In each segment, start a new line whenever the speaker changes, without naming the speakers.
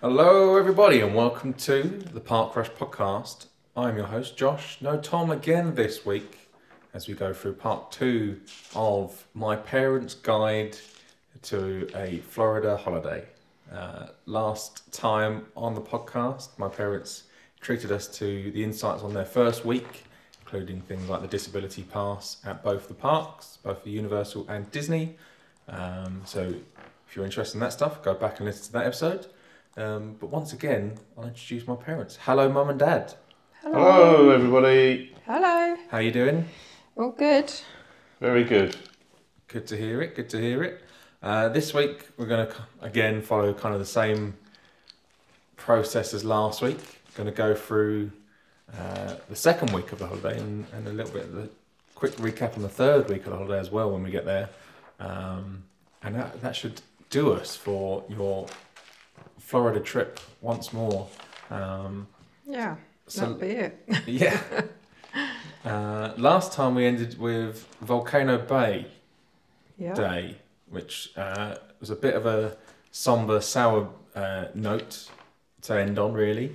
Hello, everybody, and welcome to the Park Rush podcast. I'm your host, Josh. No Tom again this week as we go through part two of My Parents' Guide to a Florida Holiday. Uh, last time on the podcast, my parents treated us to the insights on their first week, including things like the disability pass at both the parks, both the Universal and Disney. Um, so if you're interested in that stuff, go back and listen to that episode. Um, but once again, I'll introduce my parents. Hello, mum and dad.
Hello, everybody.
Hello.
How you doing?
All good.
Very good.
Good to hear it. Good to hear it. Uh, this week we're going to again follow kind of the same process as last week. Going to go through uh, the second week of the holiday and, and a little bit of the quick recap on the third week of the holiday as well when we get there. Um, and that, that should do us for your Florida trip once more. Um,
Yeah.
so
That'll be it.
yeah. Uh, last time we ended with Volcano Bay
Yeah.
Day, which uh, was a bit of a somber, sour uh, note to end on, really.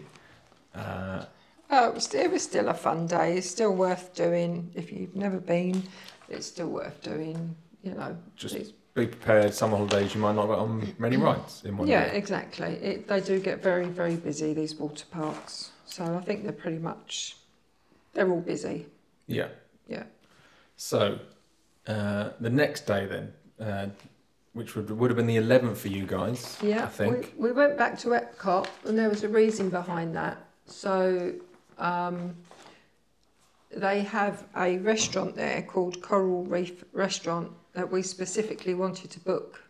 Uh,
Oh, it was, it was still a fun day. It's still worth doing. If you've never been, it's still worth doing. You know.
just
It's-
be prepared. Summer holidays, you might not get on many rides in one
yeah,
day.
exactly. It, they do get very, very busy these water parks. So I think they're pretty much they're all busy.
Yeah.
Yeah.
So uh, the next day then, uh, which would would have been the eleventh for you guys.
Yeah.
I think.
We, we went back to Epcot, and there was a reason behind that. So. Um, they have a restaurant there called Coral Reef Restaurant that we specifically wanted to book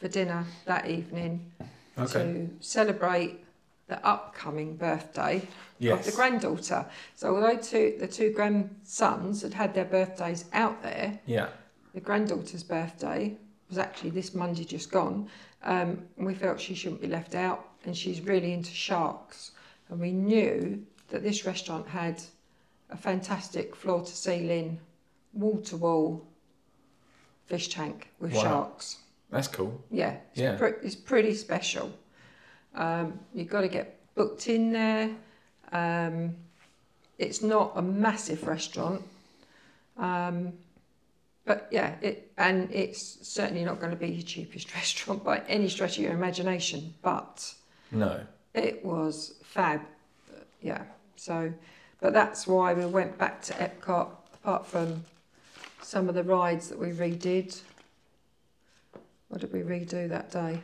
for dinner that evening
okay.
to celebrate the upcoming birthday of the
Yes.
granddaughter. So although two, the two grandsons had had their birthdays out there,
Yeah.
the granddaughter's birthday was actually this Monday just gone. Um, and we felt she shouldn't be left out, and she's really into sharks. And we knew that this restaurant had a fantastic floor to ceiling, wall to wall fish tank with
Wow.
sharks.
That's cool.
Yeah, it's,
Yeah.
pre- it's pretty special. Um, you've got to get booked in there. Um, it's not a massive restaurant, um, but yeah, it and it's certainly not going to be your cheapest restaurant by any stretch of your imagination. But
No.
it was fab, uh, yeah. So, but that's why we went back to Epcot. Apart from some of the rides that we redid, what did we redo that day?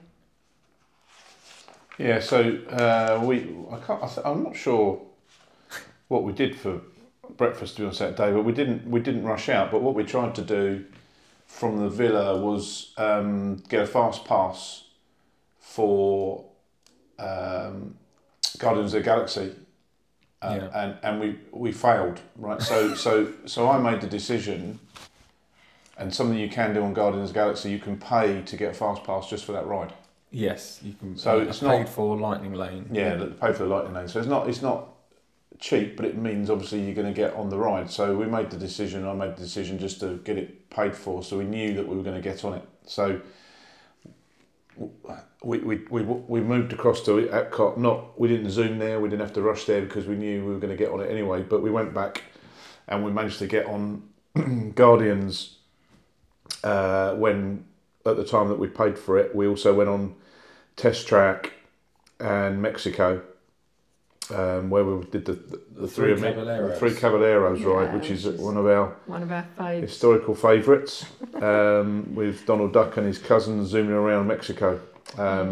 Yeah, so uh, we I can't I th- I'm not sure what we did for breakfast to be on Saturday, but we didn't we didn't rush out. But what we tried to do from the villa was um, get a fast pass for um, Guardians of the Galaxy. Uh,
Yeah.
And and we, we failed right so so so I made the decision, and something you can do on Guardians of the Galaxy you can pay to get a fast pass just for that ride.
Yes, you can.
So
uh,
it's
paid
not-
for Lightning Lane.
Yeah, that pay for the lightning lane. So it's not it's not cheap, but it means obviously you're going to get on the ride. So we made the decision. I made the decision just to get it paid for, so we knew that we were going to get on it. So we we, we, we moved across to Epcot. Not we didn't zoom there. We didn't have to rush there because we knew we were going to get on it anyway. But we went back, and we managed to get on Guardians uh, when at the time that we paid for it. We also went on Test Track and Mexico, um, where we did the, the, the three,
Three
of me-
Caballeros.
the three Caballeros ride,
Yeah,
which is
which is-
one of our
One of our faves.
historical favourites um, with Donald Duck and his cousins zooming around Mexico. Um,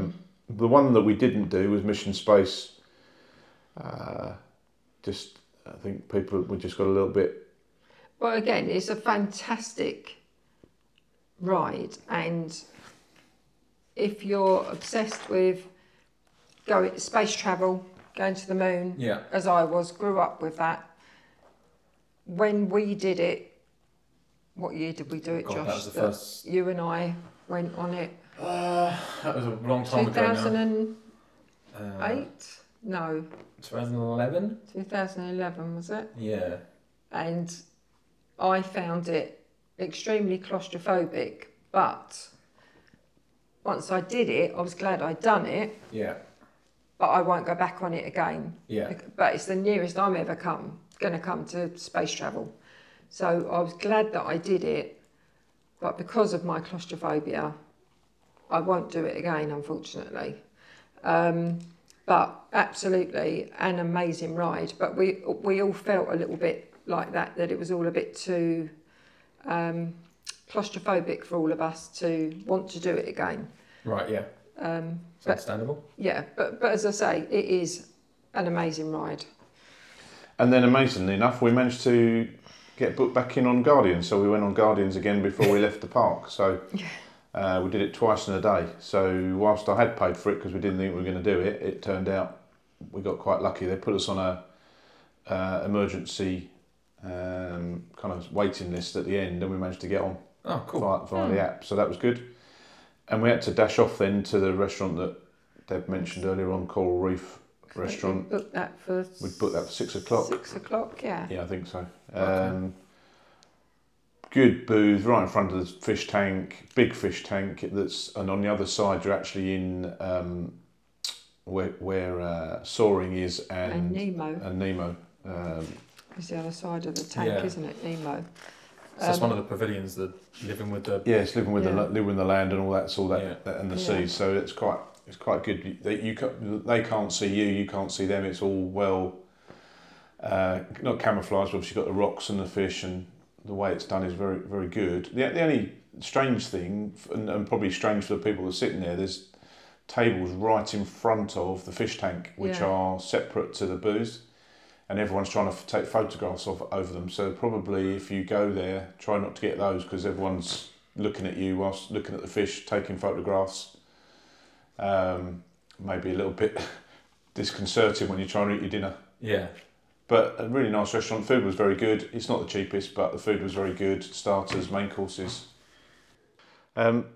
Mm.
The one that we didn't do was Mission Space. Uh, just, I think people we just got a little bit.
Well, again, it's a fantastic ride, and if you're obsessed with going space travel, going to the moon,
Yeah.
as I was, grew up with that. When we did it, what year did we do it,
God,
Josh?
Oh, that was the first-
You and I went on it.
Uh, that was a long time ago
2008?
now. Uh,
No,
2011?
2011 was it?
Yeah.
and I found it extremely claustrophobic. But once I did it, I was glad I'd done it
Yeah.
but I won't go back on it again.
Yeah.
But it's the nearest I'm ever come, going to come to space travel. So I was glad that I did it, but because of my claustrophobia, I won't do it again, unfortunately. Um, but absolutely an amazing ride. But we we all felt a little bit like that, that it was all a bit too um, claustrophobic for all of us to want to do it again.
Right, yeah.
Um,
It's
But-
understandable.
yeah, but, but as I say, it is an amazing ride.
And then, amazingly enough, we managed to get booked back in on Guardians. So we went on Guardians again before we left the park. So uh, we did it twice in a day. So whilst I had paid for it because we didn't think we were going to do it, it turned out we got quite lucky. They put us on a uh, emergency um, kind of waiting list at the end, and we managed to get on
Oh, cool.
via, via the app. So that was good. And we had to dash off then to the restaurant that Deb mentioned earlier on, Coral Reef Restaurant.
We booked that for.
We booked that for six o'clock.
Six o'clock, yeah.
Yeah, I think so.
Okay.
Um, good booth right in front of the fish tank, big fish tank. That's and on the other side you're actually in um, where where uh, soaring is
And
and
Nemo
and Nemo. Um,
is the other side of the tank,
Yeah.
isn't it? Nemo.
So it's
Um,
one of the pavilions, the living with the.
yeah, it's living with the
Yeah.
the living with the land and all that's all that,
Yeah.
that and the
Yeah.
sea. So it's quite it's quite good. You- They you ca- they can't see you, you can't see them. It's all well uh, not camouflaged. but Obviously, you've got the rocks and the fish, and the way it's done is very very good. The, the only strange thing, and, and probably strange for the people that are sitting there, there's tables right in front of the fish tank, which
Yeah.
are separate to the booth and everyone's trying to f- take photographs of over them. So probably if you go there, try not to get those because everyone's looking at you whilst looking at the fish, taking photographs. Um, maybe a little bit disconcerting when you're trying to eat your dinner.
Yeah.
But a really nice restaurant. Food was very good. It's not the cheapest, but the food was very good. Starters, main courses. Um,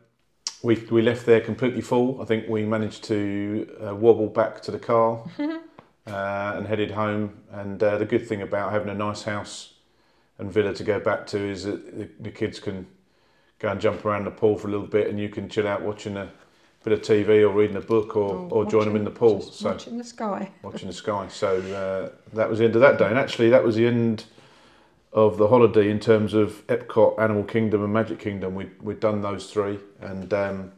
we, we left there completely full. I think we managed to uh, wobble back to the car uh, and headed home. And uh, the good thing about having a nice house and villa to go back to is that the, the kids can go and jump around the pool for a little bit, and you can chill out watching a bit of TV or reading a book or, or, join them in the pool.
Oh, Just
So
Watching the sky.
watching the sky. So uh, that was the end of that day, and actually that was the end of the holiday in terms of Epcot, Animal Kingdom, and Magic Kingdom. We we'd done those three, and um,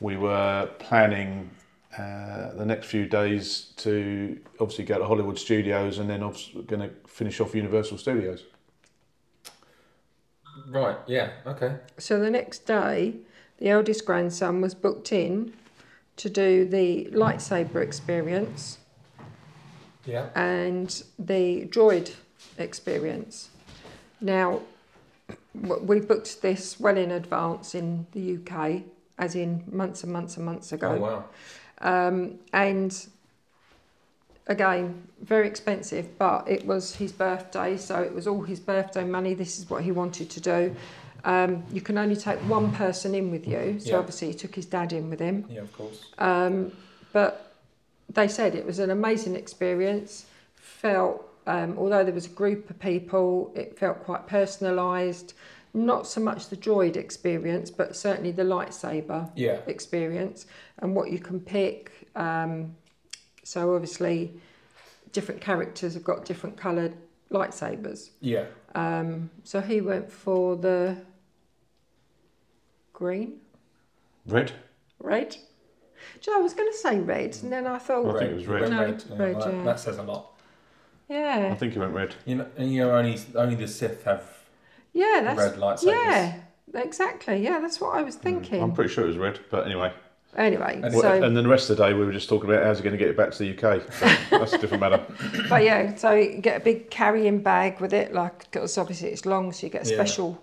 we were planning uh, the next few days to obviously go to Hollywood Studios, and then obviously going to finish off Universal Studios.
Right, yeah, okay.
So the next day, the eldest grandson was booked in to do the lightsaber experience
Yeah.
and the droid experience. Now, w- we booked this well in advance in the UK, as in months and months and months ago.
Oh, wow.
um, and again very expensive but it was his birthday so it was all his birthday money this is what he wanted to do um, you can only take one person in with you so
Yeah.
obviously he took his dad in with him
Yeah, of course.
um, but they said it was an amazing experience. Felt, um, although there was a group of people, it felt quite personalised. Not so much the droid experience, but certainly the lightsaber
Yeah.
experience and what you can pick. Um, so obviously, different characters have got different coloured lightsabers.
Yeah.
Um, so he went for the green.
Red.
Red? Do you know, I was going to say red, and then I thought,
Right. I think it was red.
Red,
No,
red, yeah,
red,
that,
yeah.
that says a lot.
I
yeah,
think he went red.
You know, and you know only, only the Sith have
yeah, that's
red lightsabers. Mm,
yeah, exactly, yeah, that's what I was
I'm
thinking.
pretty sure it was red, but anyway.
Anyway,
And-
Well,
so
and then the rest of the day we were just talking about how's he going to get it back to the UK. That's a different matter.
but yeah, so you get a big carrying bag with it, like because obviously it's long, so you get a
Yeah.
special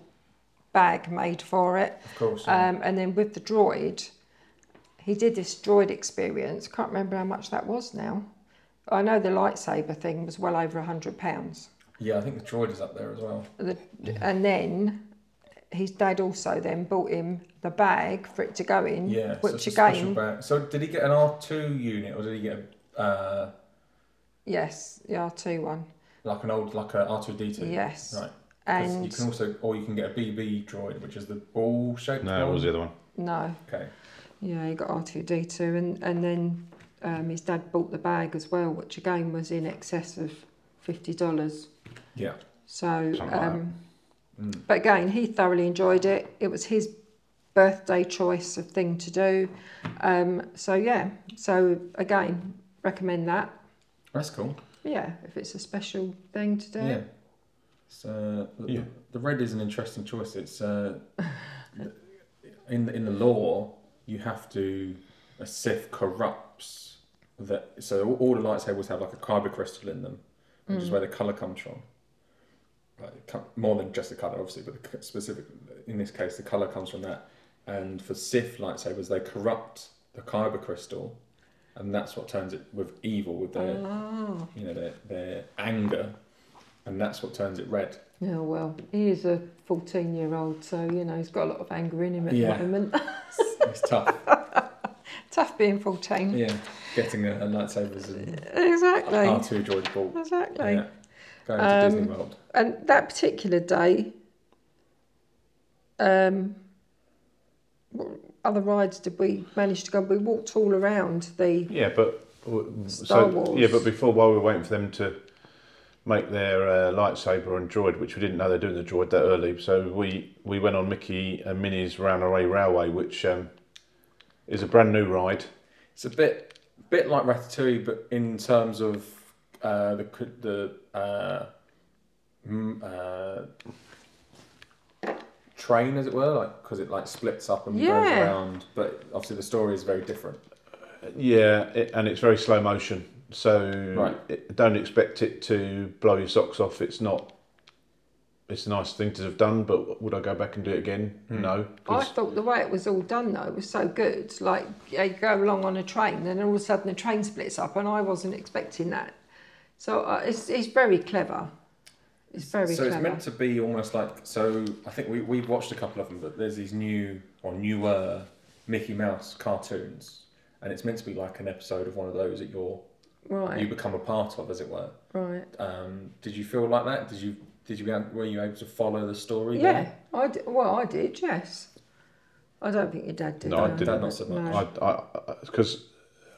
bag made for it.
Of course. yeah.
Um, and then with the droid, he did this droid experience. Can't remember how much that was now. I know the lightsaber thing was well over a hundred pounds.
yeah, I think the droid is up there as well.
the, and then his dad also then bought him the bag for it to go in,
Yeah. so
which
it's a special
again,
bag. So did he get an R2 unit or did he get a, uh,
yes, the R two one,
like an old, like a R2D2?
yes,
Right. 'Cause you
and
can also, or you can get a BB droid, which is the ball shaped
No,
one.
what was the other one?
no,
Okay.
yeah, he got R two D two, and and then um, his dad bought the bag as well, which again was in excess of fifty dollars.
Yeah.
So,
Something like that.
um,
Mm.
but again, he thoroughly enjoyed it. It was his birthday choice of thing to do. Um, so yeah. So again, recommend that.
That's cool.
Yeah, if it's a special thing to do.
Yeah. So the,
Yeah.
the red is an interesting choice. It's uh, in in the law you have to a Sith corrupts that. So all, all the lightsabers have like a kyber crystal in them, which is where the color comes from. Like, it com- more than just the color, obviously, but the c- specific in this case the color comes from that. And for Sith lightsabers, they corrupt the kyber crystal, and that's what turns it with evil with their
Oh.
you know, their, their anger, and that's what turns it red.
Yeah, well, he is a 14 year old, so, you know, he's got a lot of anger in him at
Yeah.
the moment.
It's tough.
Tough being 14.
Yeah, getting a, a lightsaber is an
Exactly.
R2 droid ball.
Exactly.
Oh. Yeah. Going to
Um,
Disney World.
And that particular day, um, what other rides did we manage to go? We walked all around the.
Yeah, but w-
Star
so
Wars.
yeah, but before while we were waiting for them to make their uh, lightsaber and droid, which we didn't know they're doing the droid that early, so we we went on Mickey and Minnie's Runaway Railway, which um, is a brand new ride.
It's a bit bit like Ratatouille, but in terms of uh, the c- the uh, mm, uh, train, as it were, like because it like splits up and goes
Yeah.
around. But obviously, the story is very different.
Yeah, it, and it's very slow motion, so
Right.
it, don't expect it to blow your socks off. It's not. It's a nice thing to have done, but would I go back and do it again? No,
I
'cause-
thought the way it was all done though was so good. Like yeah, you go along on a train, and all of a sudden the train splits up, and I wasn't expecting that. So uh, it's it's very clever. It's very
so
clever.
it's meant to be almost like so i think we, we've watched a couple of them but there's these new or newer mickey mouse cartoons and it's meant to be like an episode of one of those that you're
right,
you become a part of as it were
right.
um, did you feel like that did you did you were you able to follow the story
Yeah,
then?
I did, well, I did. Yes, I don't think your dad did.
No, I
though.
didn't.
Dad, Uh, not so much.
No.
I, because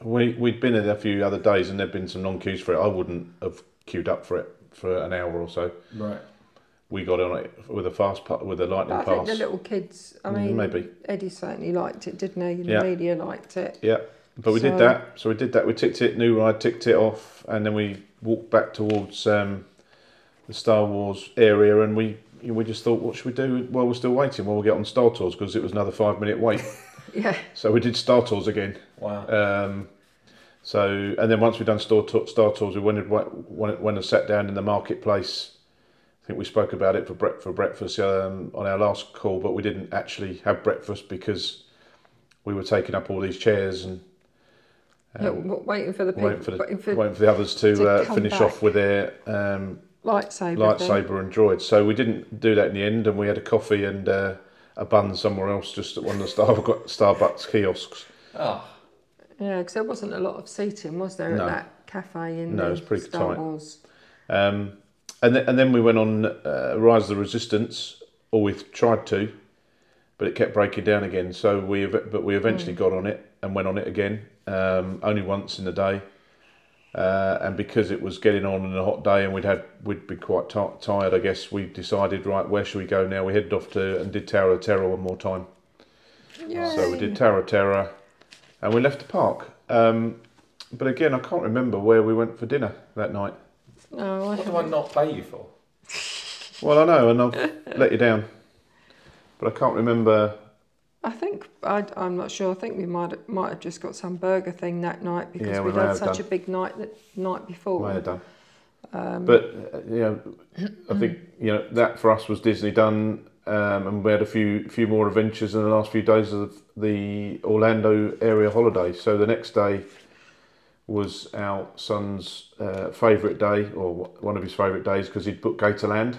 we we'd been there a few other days and there'd been some non queues for it. I wouldn't have queued up for it for an hour or so.
right
We got on it with a fast pa- with a lightning
I think
pass.
the little kids. I
Mm,
mean,
maybe.
Eddie certainly liked it, didn't he? And
Yeah.
The media liked it.
Yeah, but we
So-
did that. So we did that. We ticked it. New ride ticked it off, and then we walked back towards um, the Star Wars area, and we. We just thought, what should we do while we're still waiting? Well, we'll get on Star Tours because it was another five minute wait.
Yeah,
so we did Star Tours again.
wow
Um, so, and then once we'd done Star, Tour- Star Tours, we went, and- went, went and sat down in the marketplace. I think we spoke about it for, bre- for breakfast um, on our last call, but we didn't actually have breakfast because we were taking up all these chairs and
Look, w- waiting for the people,
Um, waiting for the,
waiting for
waiting for the others to,
to
uh,
come
finish
back.
off with their um,
lightsaber. thing.
lightsaber and droid. So we didn't do that in the end, and we had a coffee and uh, a bun somewhere else, just at one of the Star- Starbucks kiosks.
ah
Yeah, because there wasn't a lot of seating, was there,
No.
at that cafe in
No,
the
it's pretty
Star
tight.
Wars?
Um, and, th- and then we went on uh, Rise of the Resistance, or we tried to, but it kept breaking down again. So we, ev- but we eventually got on it and went on it again, um, only once in the day. Uh, and because it was getting on in a hot day and we'd had we'd been quite ti tired, I guess we decided right where should we go now? We headed off to and did Tower of Terror one more time.
Yeah.
So we did Tower of Terror, and we left the park. Um, but again, I can't remember where we went for dinner that night.
No, I
what do i
haven't.
not pay you for
Well, I know, and I've let you down. But I can't remember.
I think I, I'm not sure. I think we might have, might have just got some burger thing that night because
Yeah, we
we'd
may
had
have
such
done.
a big night that night before.
May have done. but uh, you know, I think you know that for us was Disney done, um, and we had a few few more adventures in the last few days of the Orlando area holiday. So the next day was our son's uh, favourite day, or one of his favourite days, because he'd booked Gatorland.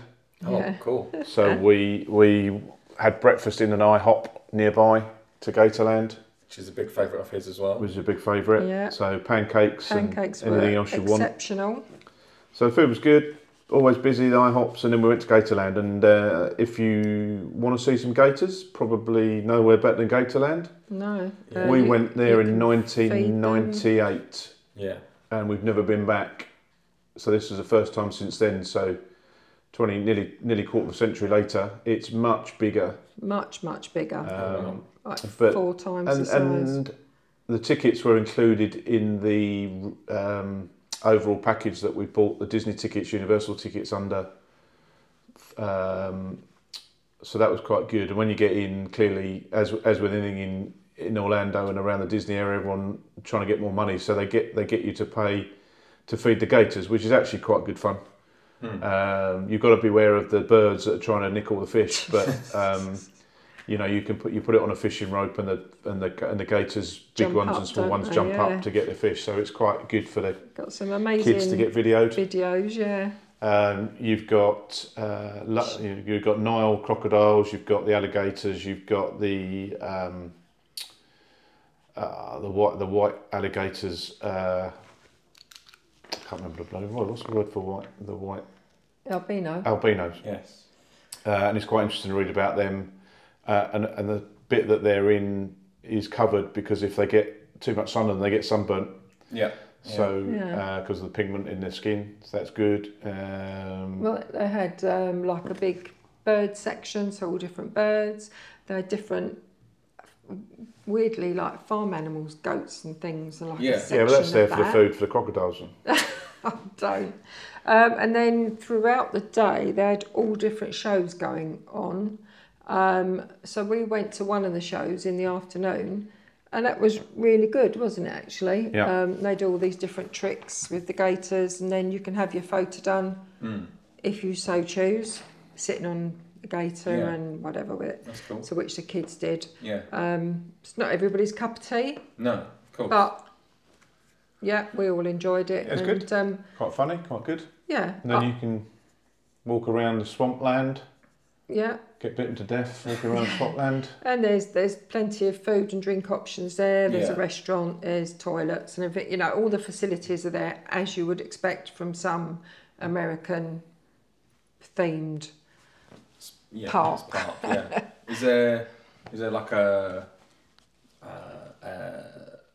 oh
Yeah.
cool
So we we had breakfast in an IHOP nearby to Gatorland.
which is a big favorite of his as well
was your big favourite.
Yeah.
So pancakes,
Pancakes
and
were
anything else you want.
exceptional.
So the food was good. always busy at IHOPs, and then we went to Gatorland. And uh, if you want to see some gators, probably nowhere better than Gatorland.
No.
Yeah.
we
Uh, you-
went
you
there in
can feed them.
1998,
Yeah.
and we've never been back. So this is the first time since then. So 20, nearly nearly quarter of a century later, it's much bigger.
Much, much bigger.
Um,
like
but-
four times the
and,
size.
and the tickets were included in the um, overall package that we bought the Disney tickets, Universal tickets under. Um, so that was quite good. And when you get in, clearly, as as with anything in in Orlando and around the Disney area, everyone trying to get more money, so they get they get you to pay to feed the gators, which is actually quite good fun. Um, you've got to beware of the birds that are trying to nick all the fish, but um, you know you can put you put it on a fishing rope, and the and the and the gators, big
Jump
ones
up,
and small
don't
ones,
they?
jump
Yeah.
up to get the fish. So it's quite good for the
Got some amazing
kids to get videoed.
videos, yeah.
Um, you've got uh, lo- you- you've got Nile crocodiles, you've got the alligators, you've got the um, uh, the white the white alligators. Uh, I can't remember the bloody word. What's the word for white? The white
Albino.
albinos.
Yes.
Uh, and it's quite interesting to read about them. Uh, and and the bit that they're in is covered because if they get too much sun and they get sunburnt,
Yeah.
so
Yeah.
because of the pigment in their skin, so that's good. Um,
Well, they had um, like a big bird section, so all different birds. They had different, weirdly, like farm animals, goats and things, and like
Yeah.
a
Yeah,
section
yeah, but that's there
of
for the
that.
food for the crocodiles.
I don't. Um, and then throughout the day, they had all different shows going on. Um, so we went to one of the shows in the afternoon, and that was really good, wasn't it? Actually,
Yeah.
um, they do all these different tricks with the gators, and then you can have your photo done if you so choose, sitting on a gator
Yeah.
and whatever with it.
That's cool.
So which the kids did.
Yeah.
Um, it's not everybody's cup of tea,
No. Of course.
but yeah, we all enjoyed it.
That's
and,
good.
Um,
Quite funny, quite good.
yeah. uh,
And then
I-
you can walk around the swampland,
Yeah,
get bitten to death, walk around the swampland.
and there's there's plenty of food and drink options there. There's a
Yeah.
restaurant, there's toilets and everything. You know, all the facilities are there as you would expect from some American themed.
yeah,
park.
it's park. Yeah. is there is there like a uh, uh,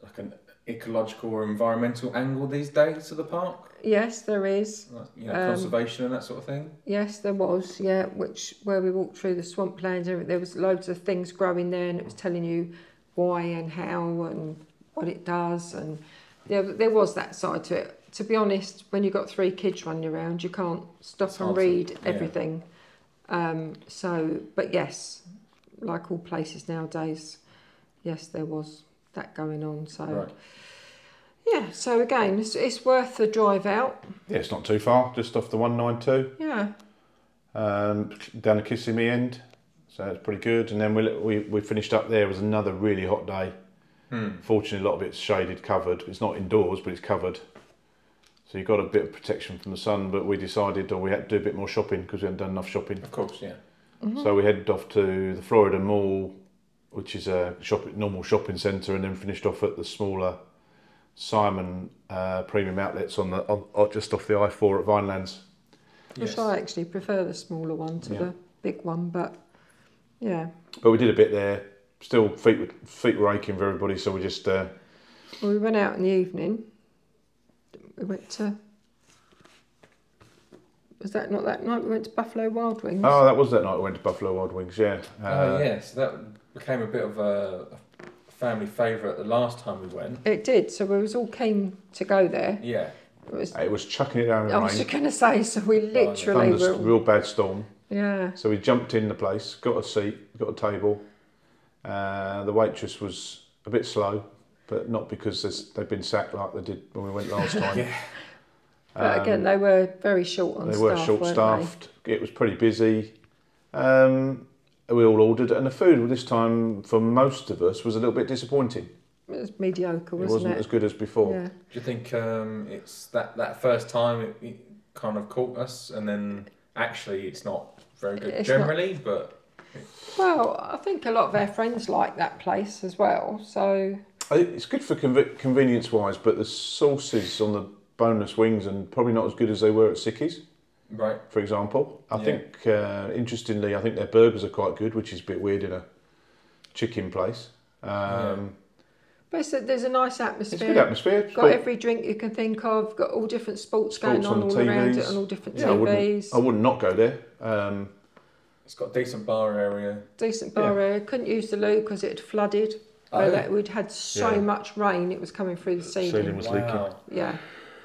like an ecological or environmental angle these days to the park?
Yes, there is.
Like, you know,
Um,
conservation and that sort of thing.
Yes, there was. Yeah, which where we walked through the swamplands, and there was loads of things growing there, and it was telling you why and how and what it does, and there, there was that side to it. To be honest, when you've got three kids running around, you can't stop
It's
and
hard to-
read
yeah.
everything. Um, so, but yes, like all places nowadays, yes, there was that going on. So,
Right.
yeah. So again, it's, it's worth the drive out.
Yeah, it's not too far, just off the 192,
Yeah.
um, down the Kissimmee end. So it's pretty good. And then we, we, we finished up there, it was another really hot day.
Hmm.
Fortunately, a lot of it's shaded, covered. It's not indoors, but it's covered. So you've got a bit of protection from the sun, but we decided, or we had to do a bit more shopping because we hadn't done enough shopping.
Of course. Yeah.
So we headed off to the Florida Mall, which is a shop, normal shopping centre, and then finished off at the smaller Simon uh, Premium Outlets on the on, on- just off the I four at Vinelands.
Yes.
Which I actually prefer the smaller one to
Yeah.
the big one, but yeah,
But we did a bit there. Still feet were- feet were aching for everybody, so we just uh,
well, we went out in the evening. We went to. Was that not that night? We went to Buffalo Wild Wings.
oh that was that night we went to Buffalo Wild Wings. Yeah, uh,
Oh yes, that became a bit of a a family favourite the last time we went.
It did. So we was all keen to go there.
Yeah.
It was.
Uh, It was chucking it down in
I was
rain.
just gonna say. So we literally
Thunder,
were.
real bad storm.
Yeah.
So we jumped in the place, got a seat, got a table. Uh, the waitress was a bit slow, but not because there's- they've been sacked like they did when we went last time. Um,
Yeah.
But again, they were very short on
They
staff.
were short
weren't
staffed. It was pretty busy. Um, we all ordered, and the food this time for most of us was a little bit disappointing.
They? It was mediocre,
it
wasn't
wasn't
it?
as good as before.
yeah.
Do you think um, it's that that first time it, it kind of caught us, and then actually it's not very good
It's not-
generally, but
Well, I think a lot of our friends like that place as well. So
I think it's good for conv- convenience wise, but the sauces on the boneless wings and probably not as good as they were at Sickies.
Right.
for example. I
Yeah.
think, uh, interestingly, I think their burgers are quite good, which is a bit weird in a chicken place. Um,
But it's a, there's a nice atmosphere.
It's a good atmosphere.
Got
Sport-
every drink you can think of. Got all different sports going
Sports
on
on
all
TVs.
around it, on all different
yeah, I wouldn't,
TVs.
I would not go there. Um,
It's got a decent bar area.
Decent bar area. Couldn't use the loo because it had flooded.
Oh.
But that we'd had so
Yeah.
much rain, it was coming through the
Ceiling
ceiling.
was leaking.
Oh,
Yeah.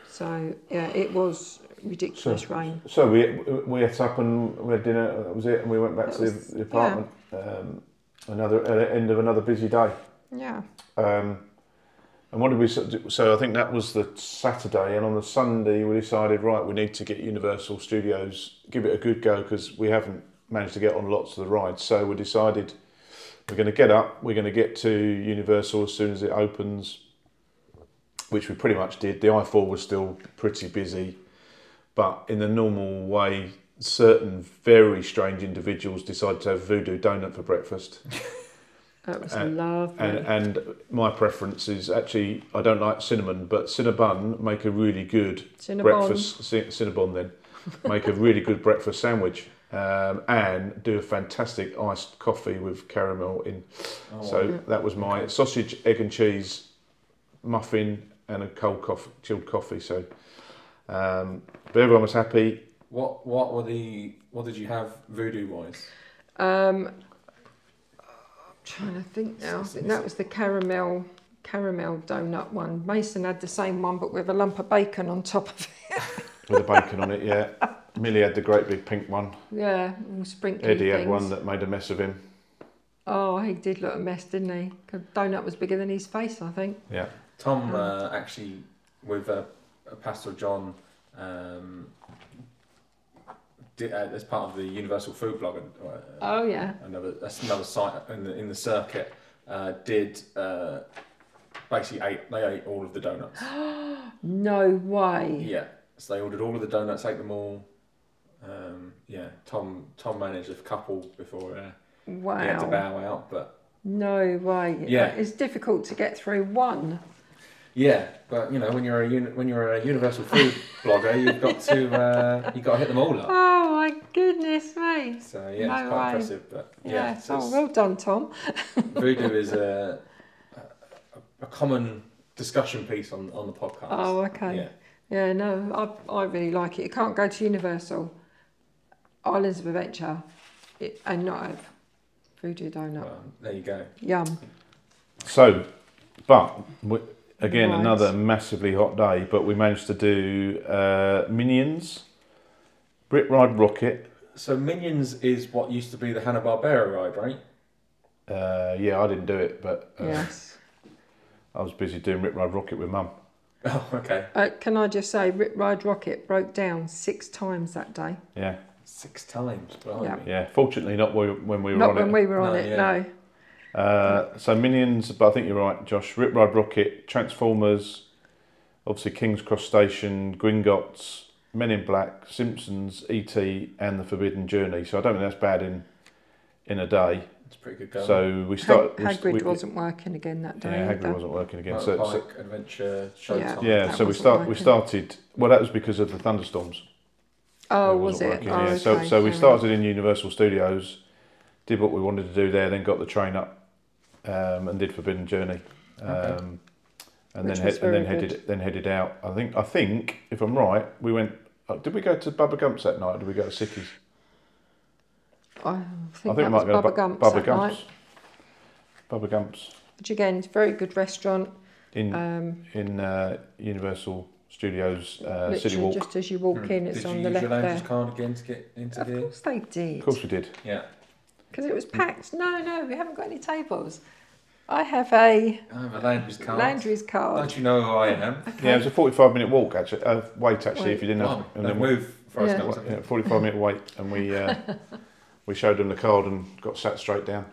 So yeah, it was ridiculous rain.
So we we ate up and we had dinner. That was it, and we went back
That
to
was-
the, the apartment. Um, another at the end of another busy day.
Yeah.
Um, and what did we sort of do- so I think that was the Saturday, and on the Sunday we decided right we need to get Universal Studios give it a good go because we haven't managed to get on lots of the rides. So we decided we're going to get up, we're going to get to Universal as soon as it opens, which we pretty much did. The I four was still pretty busy, but in the normal way, certain very strange individuals decided to have voodoo donut for breakfast
That was
And-
lovely.
and and my preference is actually I don't like cinnamon, but Cinnabon make a really good
Cinnabon.
breakfast. Cin- Cinnabon then make a really good breakfast sandwich, um, and do a fantastic iced coffee with caramel in.
Oh,
so that was my sausage, egg and cheese, muffin, and a cold coffee, chilled coffee. So, um, but everyone was happy.
What what were the what did you have voodoo wise?
Um, I'm trying to think now. I
It's-
think
it's-
that was the caramel caramel donut one. Mason had the same one, but with a lump of bacon on top of it.
With the bacon on it, yeah. Millie had the great big pink one.
Yeah, all sprinkly
Eddie
things.
had one that made a mess of him.
Oh, he did look a mess, didn't he? 'Cause donut was bigger than his face, I think.
Yeah.
Tom uh, actually with uh, Pastor John um, di- uh, as part of the Universal Food Blog and uh,
Oh yeah.
another that's another site in the in the circuit uh, did uh, basically ate they ate all of the donuts.
No way.
yeah, so they ordered all of the donuts, ate them all. Um, yeah, Tom Tom managed a couple before uh, he had to
Wow.
bow out, but
No way.
Yeah.
It's difficult to get through one.
Yeah, but you know, when you're a uni- when you're a universal food blogger, you've got to uh, you got to hit them all up.
Oh my goodness me.
So yeah, it's
No
quite
way.
impressive. But yeah,
Yes.
so
oh,
it's-
well done, Tom.
voodoo is a, a a common discussion piece on, on the podcast.
Oh, okay.
Yeah,
Yeah, no, I, I really like it. You can't go to Universal Islands of Adventure it, and not have voodoo donut.
well, there you go.
Yum.
So, but w- again,
Right.
another massively hot day. But we managed to do uh, Minions, Brit Ride Rocket.
So Minions is what used to be the Hanna Barbera ride, right?
Uh, yeah, I didn't do it, but uh,
Yes.
I was busy doing Rip Ride Rocket with Mum.
Oh, okay.
Uh, can I just say, Rip Ride Rocket broke down six times that day.
Yeah,
Six times. blimey.
Yeah.
yeah. Fortunately, not wh- when we were
Not
on
when
it.
we were on
No,
it,
yeah.
no.
Uh, so Minions, but I think you're right, Josh. Rip Ride Rocket, Transformers, obviously King's Cross Station, Gringotts, Men in Black, Simpsons, E.T., and The Forbidden Journey. So I don't think that's bad in in a day.
It's a pretty good going.
So we
Hag-
started. we st-
Hagrid
we-
wasn't working again that day
Yeah, Hagrid
either.
wasn't working again.
Motorbike,
So, so
adventure, showtime.
yeah,
That
so we
wasn't
start. We
working.
started. Well, that was because of the thunderstorms.
Oh,
It
was it?
wasn't working,
Oh,
yeah. So,
okay,
so we
fair
started in Universal Studios, did what we wanted to do there, then got the train up, um, and did Forbidden Journey, um,
Okay.
and
Which
then
was
head and then
very
headed then headed out. I think I think if I'm right, we went. uh, Did we go to Bubba Gump's that night? Or did we go to Sickies?
enough. I
I
think,
think
that
we
was
might go
Bubba
to Bu-
Gump's
Bubba
that night.
Gump's. Bubba Gump's
Which again, is a very good restaurant.
in
Um,
in uh, Universal Studios uh, City
literally
Walk. Hmm.
just as you walk in, it's
Did
on
you
the
use
left
your
there.
lounge's card again to get into
Of
the?
course they did.
Of course Hmm. we did.
Yeah.
Because it was packed. No, no, we haven't got any tables. I have a
I have a Landry's card.
Landry's card.
Don't you know who I am?
Yeah, it was a 45 minute walk actually, uh, wait actually, if you didn't have.
Blimey,
and
no
then
move for us
Yeah.
guys.
yeah, 45 minute wait, and we uh, we showed them the card and got sat straight down.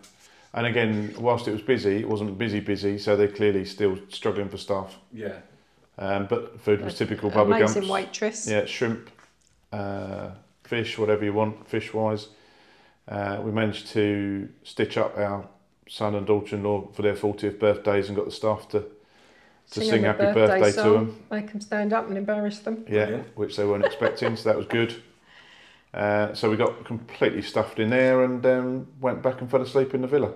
And again, whilst it was busy, it wasn't busy busy, so they're clearly still struggling for staff.
Yeah.
Um, but food was typical Bubba
Amazing
Gumps.
waitress.
Yeah, shrimp, uh, fish, whatever you want, fish wise. Uh, we managed to stitch up our son and daughter-in-law for their 40th birthdays and got the staff to to sing,
them a
happy birthday, to
song,
them.
Make them stand up and embarrass them.
Yeah,
Brilliant.
which they weren't expecting, so that was good. Uh, so we got completely stuffed in there and um, went back and fell asleep in the villa.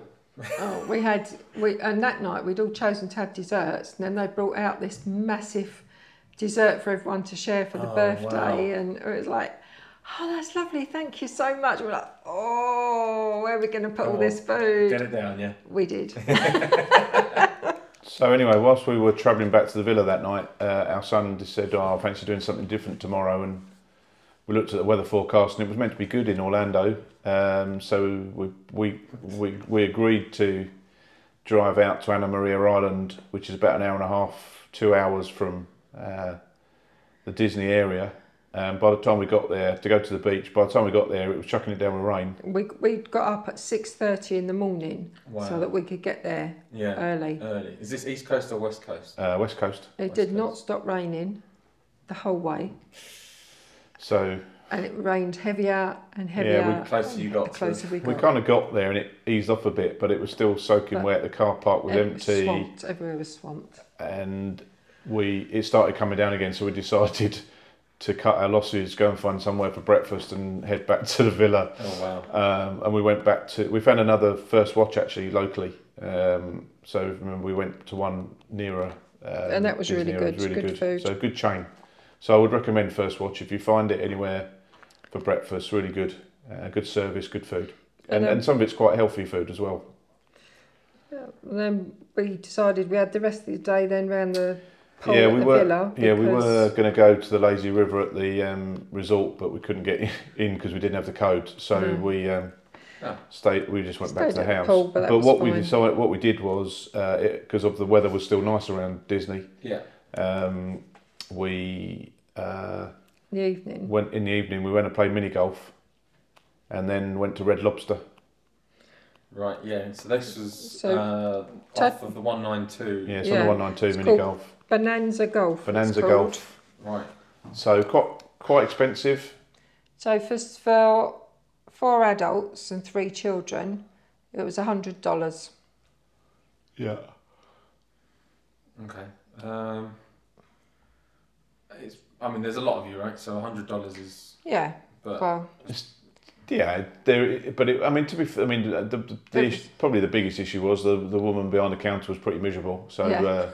Oh, we had we and that night we'd all chosen to have desserts, and then they brought out this massive dessert for everyone to share for the
Oh,
birthday, and it was like, oh, that's lovely, thank you so much. We're like, oh, where are we going to put all
on,
this food?
Get it down, yeah.
We did.
So anyway, whilst we were travelling back to the villa that night, uh, our son just said, "Oh, I fancy doing something different tomorrow." And we looked at the weather forecast, and it was meant to be good in Orlando. Um, so we, we we we agreed to drive out to Anna Maria Island, which is about an hour and a half, two hours from uh, the Disney area. And by the time we got there to go to the beach, by the time we got there, it was chucking it down with rain.
we we got up at six thirty in the morning
Wow.
so that we could get there
yeah. Uh,
early.
Early. Is this East Coast or West Coast?
Uh, West Coast,
It did not stop raining the whole way,
so
and it rained heavier and heavier.
The closer you
the
got to.
closer we got.
We kind of got there and it eased off a bit, but it was still soaking
But
wet. The car park was
It was
empty,
swamped. Everywhere was swamped.
and we it started coming down again. So we decided to cut our losses, go and find somewhere for breakfast, and head back to the villa.
Oh, wow.
Um, and we went back to we found another first watch actually locally. Um, so remember we went to one nearer, um,
And that was
Disney
really
area. It
good, good food.
So good chain. So I would recommend first watch if you find it anywhere for breakfast. Really good, uh, good service, good food. And,
And, um,
and some of it's quite healthy food as well.
Yeah, and then we decided we had the rest of the day then round the pole
Yeah,
at
we
the
were-
villa.
Yeah, we
because
were going to go to the Lazy River at the um, resort, but we couldn't get in because we didn't have the code. So
Mm.
we um,
Ah.
stayed. We just went back to
Stayed
the
at the
house.
pool, but that was
what we
fine.
decided, what we did was because of the weather was still nice around Disney.
Yeah.
Um, we uh,
in the evening.
went in the evening. We went and played mini golf, and then went to Red Lobster.
Right, yeah. So this was
So-
uh,
Ted-
off of the 192.
Yeah, it's
Yeah.
on the one nine two
It's
mini
called
golf,
Bonanza Golf. it's
Bonanza
called.
Golf.
Right.
So quite quite expensive.
So first for four adults and three children, it was hundred dollars.
Yeah.
Okay. Um, it's, I mean, there's a lot of you, right? So $100 is.
Yeah.
But
Well,
Yeah, there. But it, I mean, to be, f- I mean, the, the, the
It
issue, probably the biggest issue was the the woman behind the counter was pretty miserable. So
Yeah.
uh,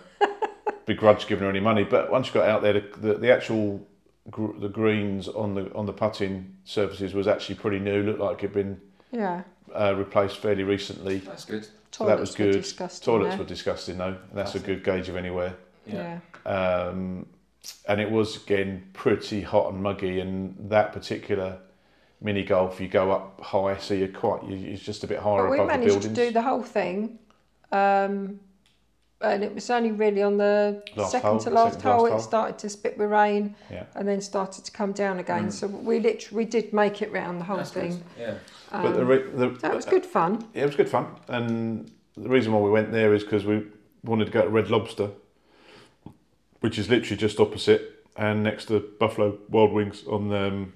begrudged giving her any money. But once you got out there, the, the, the actual gr- the greens on the on the putting surfaces was actually pretty new. Looked like it'd been
yeah.
uh, replaced fairly recently.
that's good.
Toilets
So that was
Were
good.
disgusting
Toilets
there.
were disgusting though. And that's a
That's
good gauge of anywhere.
Yeah.
Um, and it was again pretty hot and muggy. And that particular mini golf, you go up high, so you're quite, you it's just a bit higher
But we
above the
managed to
buildings.
do the whole thing, um, and it was only really on the
Last
second
hole,
to last
second to
hole
last
it
hole.
started to spit with rain,
Yeah. Mm.
and then started to come down again. So we literally we did make it round the whole
That's good.
thing. um,
Yeah.
but the, re- the,
That was good fun.
it was good fun. And the reason why we went there is because we wanted to go to Red Lobster, which is literally just opposite and next to Buffalo Wild Wings on the um,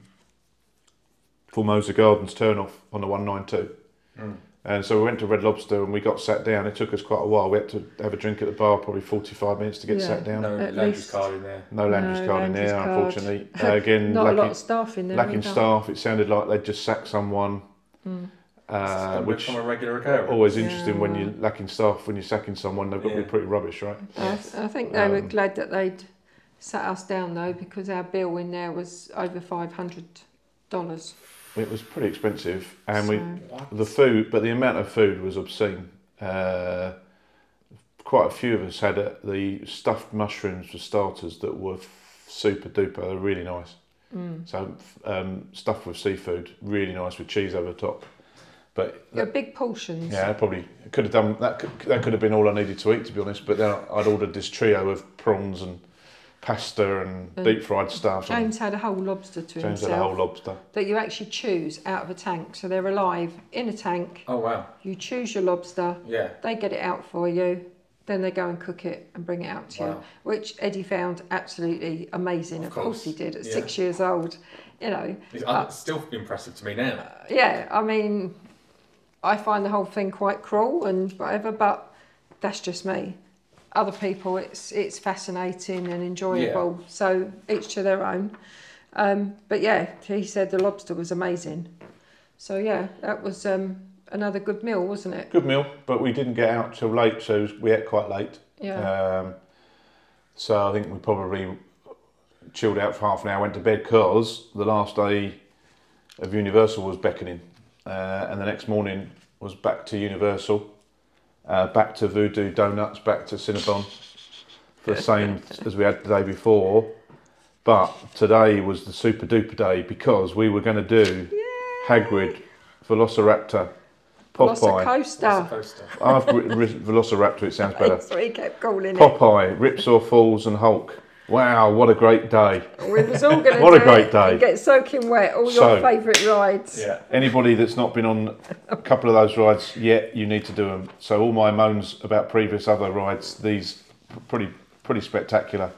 Formosa Gardens turnoff on the 192.
Mm.
And so we went to Red Lobster and we got sat down. It took us quite a while. We had to have a drink at the bar, probably 45 minutes to get
Yeah.
sat down.
No
At
Landry's
least-
card in there.
No Landry's
No
card in
Landry's
there,
card.
unfortunately. Uh, again,
Not a lot
lacking,
of staff in there.
lacking
either.
staff. It sounded like they'd just sacked someone,
Mm.
uh,
It's
which
become a regular occurrence.
always
Yeah,
interesting when you're lacking staff, when you're sacking someone, they've got to
Yeah.
be pretty rubbish, right?
Yes.
I, I think they were
Um,
glad that they'd sat us down though, because our bill in there was over five hundred dollars.
It was pretty expensive, and
What?
we the food, but the amount of food was obscene. Uh, quite a few of us had uh the stuffed mushrooms for starters that were f- super duper. They're really nice.
Mm.
So f- um, stuffed with seafood, really nice with cheese over the top. But
They're
that,
big portions.
yeah, I probably could have done that. Could, that could have been all I needed to eat, to be honest. But then I'd ordered this trio of prawns and pasta and,
And
deep fried stuff. and-
James had a whole lobster to
James
himself.
had a whole lobster.
that you actually choose out of a tank. So they're alive in a tank.
Oh, wow.
You choose your lobster,
Yeah.
they get it out for you, then they go and cook it and bring it out to you,
Wow.
which Eddie found absolutely amazing. Of,
Of
course.
course.
he did at
Yeah.
six years old. You know,
It's uh, it's still impressive to me now.
yeah, I mean, I find the whole thing quite cruel and whatever, but that's just me. Other people, it's it's fascinating and enjoyable. So each to their own. Um, but yeah, he said the lobster was amazing. So yeah, that was um, another good meal, wasn't it?
Good meal, but we didn't get out till late, so we ate quite late.
Yeah.
Um, so I think we probably chilled out for half an hour, went to bed because the last day of Universal was beckoning, uh, and the next morning was back to Universal, uh, back to Voodoo Donuts, back to Cinnabon, the same as we had the day before. But today was the super duper day because we were going to do Hagrid, Velociraptor, Popeye.
Velocicoaster.
Coaster.
After Velociraptor, it sounds better.
That's what he kept calling it.
Popeye, Ripsaw Falls, and Hulk. Wow, what a great day!
We was all going to
What a great day.
Get soaking wet. All your
So-
favourite rides.
Yeah.
Anybody that's not been on a couple of those rides yet, you need to do them. So all my moans about previous other rides, these p- pretty pretty spectacular.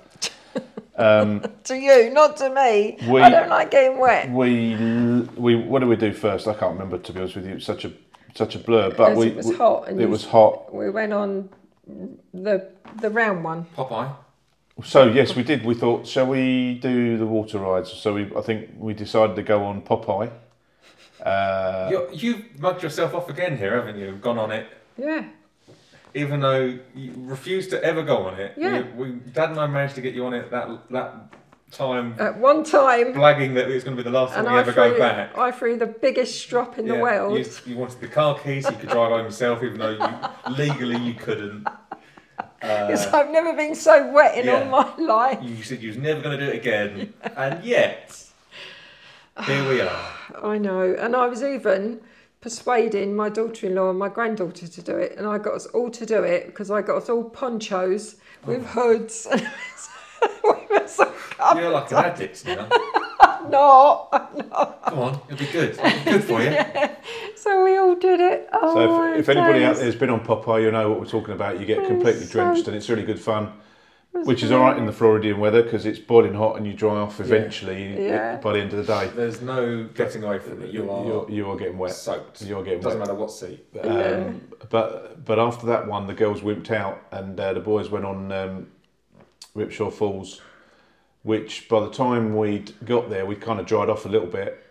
To you, not to me.
We-
I don't like getting wet.
We l- we what do we do first? I can't remember to be honest with you. It's such a such a blur, but
As
we
it was
we-
hot and
It
you-
was hot.
We went on the the round one.
Popeye.
So yes, we did. We thought, shall we do the water rides? So we I think we decided to go on Popeye. Uh,
You're, you've mugged yourself off again here, haven't you? Gone on it,
Yeah.
even though you refused to ever go on it.
Yeah.
We, we, Dad and I managed to get you on it that that time,
At one time,
blagging that it was going to be the last time
and
we
I
ever go
threw,
back.
I threw the biggest strop in the
Yeah,
world.
You, you wanted the car keys, you could drive home yourself, even though you, legally you couldn't. Uh,
Because I've never been so wet in all
yeah.
my life.
You said you was never going to do it again, and yet here we are.
I know. And I was even persuading my daughter in law and my granddaughter to do it. And I got us all to do it because I got us all ponchos with hoods. And we were so covered.
You're like an addict now.
No.
Come on, it'll be good. It'll be good for you.
So we all did it. Oh,
So
my
if, if anybody out
days.
there has been on Popeye, you'll know what we're talking about. You get completely
so-
drenched, and it's really good fun, which is all right in the Floridian weather because it's boiling hot and you dry off eventually
Yeah.
by the end of the day.
There's no getting away from it. You are
Uh, you're, you are getting wet.
soaked.
You're getting
Doesn't
wet.
matter what seat.
Yeah.
Um, but but after that one, the girls wimped out, and uh, the boys went on um, Ripshaw Falls, which by the time we'd got there, we kind of dried off a little bit.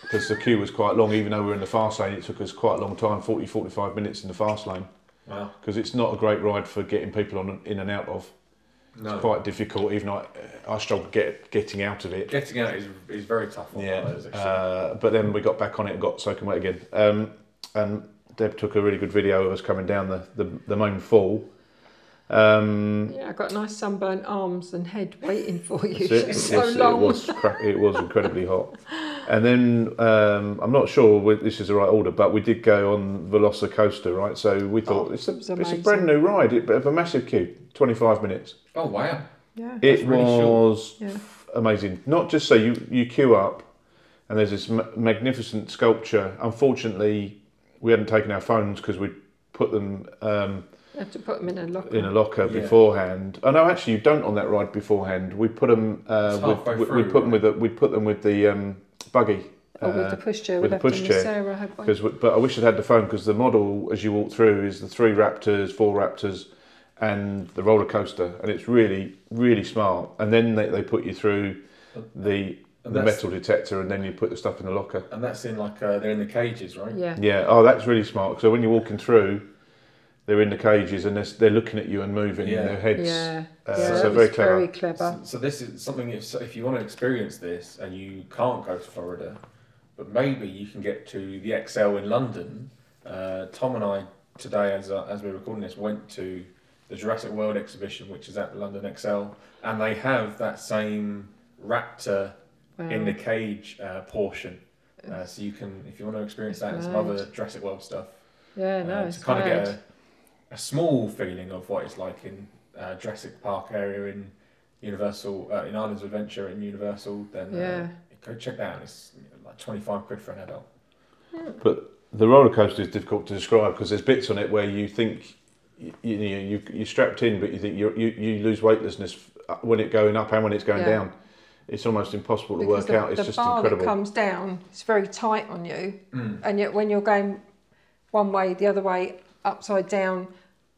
Because the queue was quite long, even though we were in the fast lane, it took us quite a long time 40, 45 minutes in the fast lane.
Wow.
because it's not a great ride for getting people on in and out of.
No.
It's quite difficult. Even I, I struggled get getting out of it.
Getting out is, is very tough on
Yeah.
those. actually.
Uh, but then we got back on it and got soaking wet again. Um, and Deb took a really good video of us coming down the the, the main fall. Um,
Yeah, I got nice sunburnt arms and head waiting for you.
that's it.
It's
It
so
was-
long.
It was cra- it was incredibly hot. And then um, I'm not sure whe- this is the right order, but we did go on Velocicoaster, right? So we thought
Oh,
it's a
it
it's
was
a
amazing.
brand new ride, it, but of a massive queue, 25 minutes.
oh, wow.
Yeah.
It
really short.
was
Yeah.
f- amazing. Not just so you you queue up, and there's this ma- magnificent sculpture. Unfortunately, we hadn't taken our phones because we put them um,
You have to put them in a locker.
in a locker
Yeah.
beforehand. Oh no, actually, you don't on that ride beforehand. We put them.
It's
Uh,
halfway
with, we, we
through,
put them with the, we put them with the um, buggy.
oh, with
uh,
the pushchair.
with
With
the
the
pushchair,
Sarah had one.
because, but I wish I'd had the phone because the model as you walk through is the three Raptors, four Raptors, and the roller coaster, and it's really, really smart. And then they, they put you through the
And
the
that's-
metal detector, and then you put the stuff in the locker.
And that's in like, uh, they're in the cages, right?
Yeah.
Yeah. Oh, that's really smart. So when you're walking through, they're in the cages and they're, s- they're looking at you and moving
Yeah.
their heads.
yeah.
uh,
yeah,
so
that
very
was
clever.
Very clever.
So, so this is something. If, so if you want to experience this and you can't go to Florida, but maybe you can get to the XL in London. Uh, Tom and I today, as uh, as we we're recording this, went to the Jurassic World exhibition, which is at the London XL, and they have that same raptor
Wow.
in the cage uh, portion. Uh, so you can, if you want to experience that and some
Mad.
other Jurassic World stuff,
yeah, no,
uh,
it's
to kind
mad.
of get a, a small feeling of what it's like in uh, Jurassic Park area in Universal, uh, in Islands of Adventure in Universal, then
Yeah.
uh, go check that out. It's you know, like 25 quid for an adult.
But the roller coaster is difficult to describe because there's bits on it where you think you, you you you're strapped in, but you think you're, you you lose weightlessness f- when it's going up and when it's going
Yeah.
down. It's almost impossible to
Because
work out. It's
the
just
bar
incredible.
that comes down, it's very tight on you,
Mm.
and yet when you're going one way, the other way, upside down,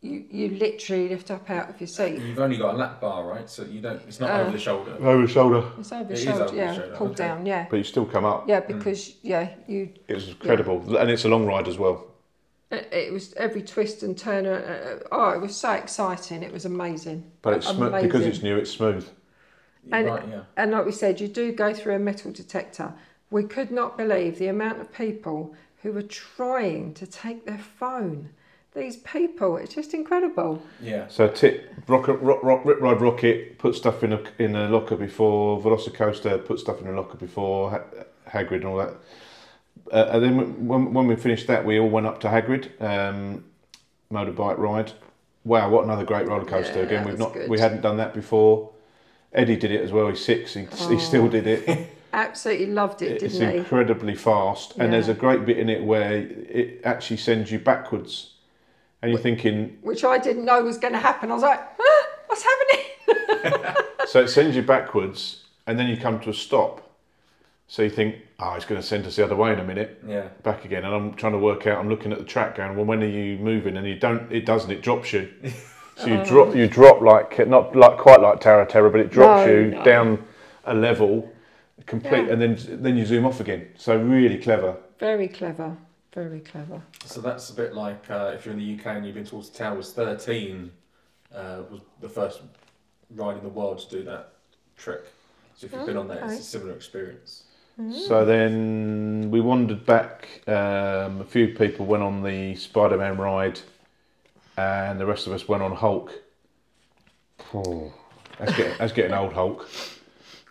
you, you literally lift up out of your seat.
You've only got a lap bar, right? So you don't. It's not
Uh,
over the shoulder.
Over the shoulder.
It's over
It
the
is
shoulder,
over the
yeah,
shoulder,
pulled
okay.
down, yeah.
But you still come up.
Yeah, because, yeah, you
It was incredible. And it's a long ride as well.
It Uh, it was every twist and turn. uh, uh, Oh, it was so exciting! It was amazing.
But it's smooth
Amazing.
because it's new, it's smooth.
And-
right. Yeah.
And like we said, you do go through a metal detector. We could not believe the amount of people who were trying to take their phone. These people, it's just incredible.
Yeah.
So tip rocket rock, rock rip ride rocket put stuff in a in a locker before Velocicoaster put stuff in a locker before ha- Hagrid and all that. Uh, and then when, when we finished that, we all went up to Hagrid um, motorbike ride. Wow, what another great roller coaster!
Yeah,
Again,
that
we've
was
not
good.
we hadn't done that before. Eddie did it as well. He's six. He, he still did it.
Absolutely loved it,
it's
Oh. didn't they?
incredibly fast, and there's a
Yeah.
great bit in it where it actually sends you backwards, and you're thinking,
Which I didn't know was going to happen. I was like, ah, what's happening?
So it sends you backwards, and then you come to a stop. So you think, oh, it's going to send us the other way in a minute,
Yeah.
back again. And I'm trying to work out. I'm looking at the track, going, well, when are you moving? And you don't. It doesn't. It drops you. So
Oh.
you drop. You drop like not like quite like Terra Terra, but it drops
No,
you
no.
down a level, complete,
Yeah.
and then then you zoom off again. So really clever.
Very clever, very clever.
So that's a bit like uh, if you're in the UK and you've been to Water Towers 13, uh, was the first ride in the world to do that trick. So if you've been on that, it's
Okay.
a similar experience.
Mm.
So then we wandered back. Um, a few people went on the Spider Man ride, and the rest of us went on Hulk. Oh, that's, getting, that's getting old Hulk.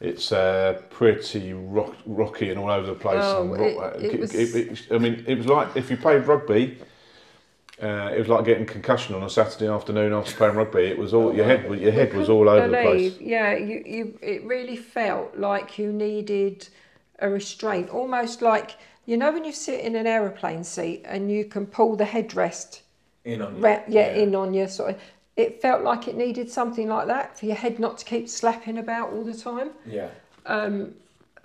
It's uh, pretty rock, rocky and all over the place.
Oh,
and
it-
rock-
it was-
it- I mean, it was like if you played rugby. Uh, it was like getting concussion on a Saturday afternoon after playing rugby. It was all your head. Your head was all over the place.
Believe, Yeah, you, you, it really felt like you needed a restraint, almost like you know when you sit in an aeroplane seat and you can pull the headrest
In
Mm.
on
ra- yeah, in on your sort of. It felt like it needed something like that for your head not to keep slapping about all the time.
Yeah.
Um,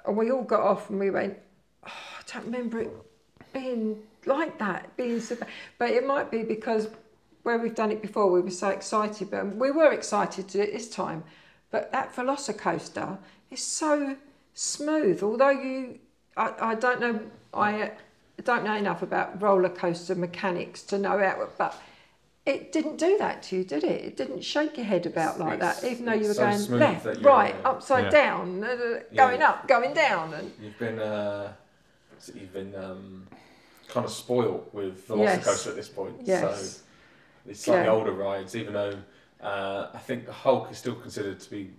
And we all got off and we went, oh, I don't remember it being like that, being so bad. But it might be because where we've done it before, we were so excited, but we were excited to do it this time. But that Velocicoaster is so smooth, although you, I, I don't know, I uh, don't know enough about roller coaster mechanics to know how, but it didn't do that to you, did it? It didn't shake your head about like
It's-
that, even though you
it's
were
so
going
smooth
left,
that you-
right, upside
Yeah.
down, uh, going up, going down, and
You've been, uh, so you've been um, kind of spoilt with Velocicoaster
Yes.
at this point.
Yes.
So it's slightly
Yeah.
older rides, even though uh, I think the Hulk is still considered to be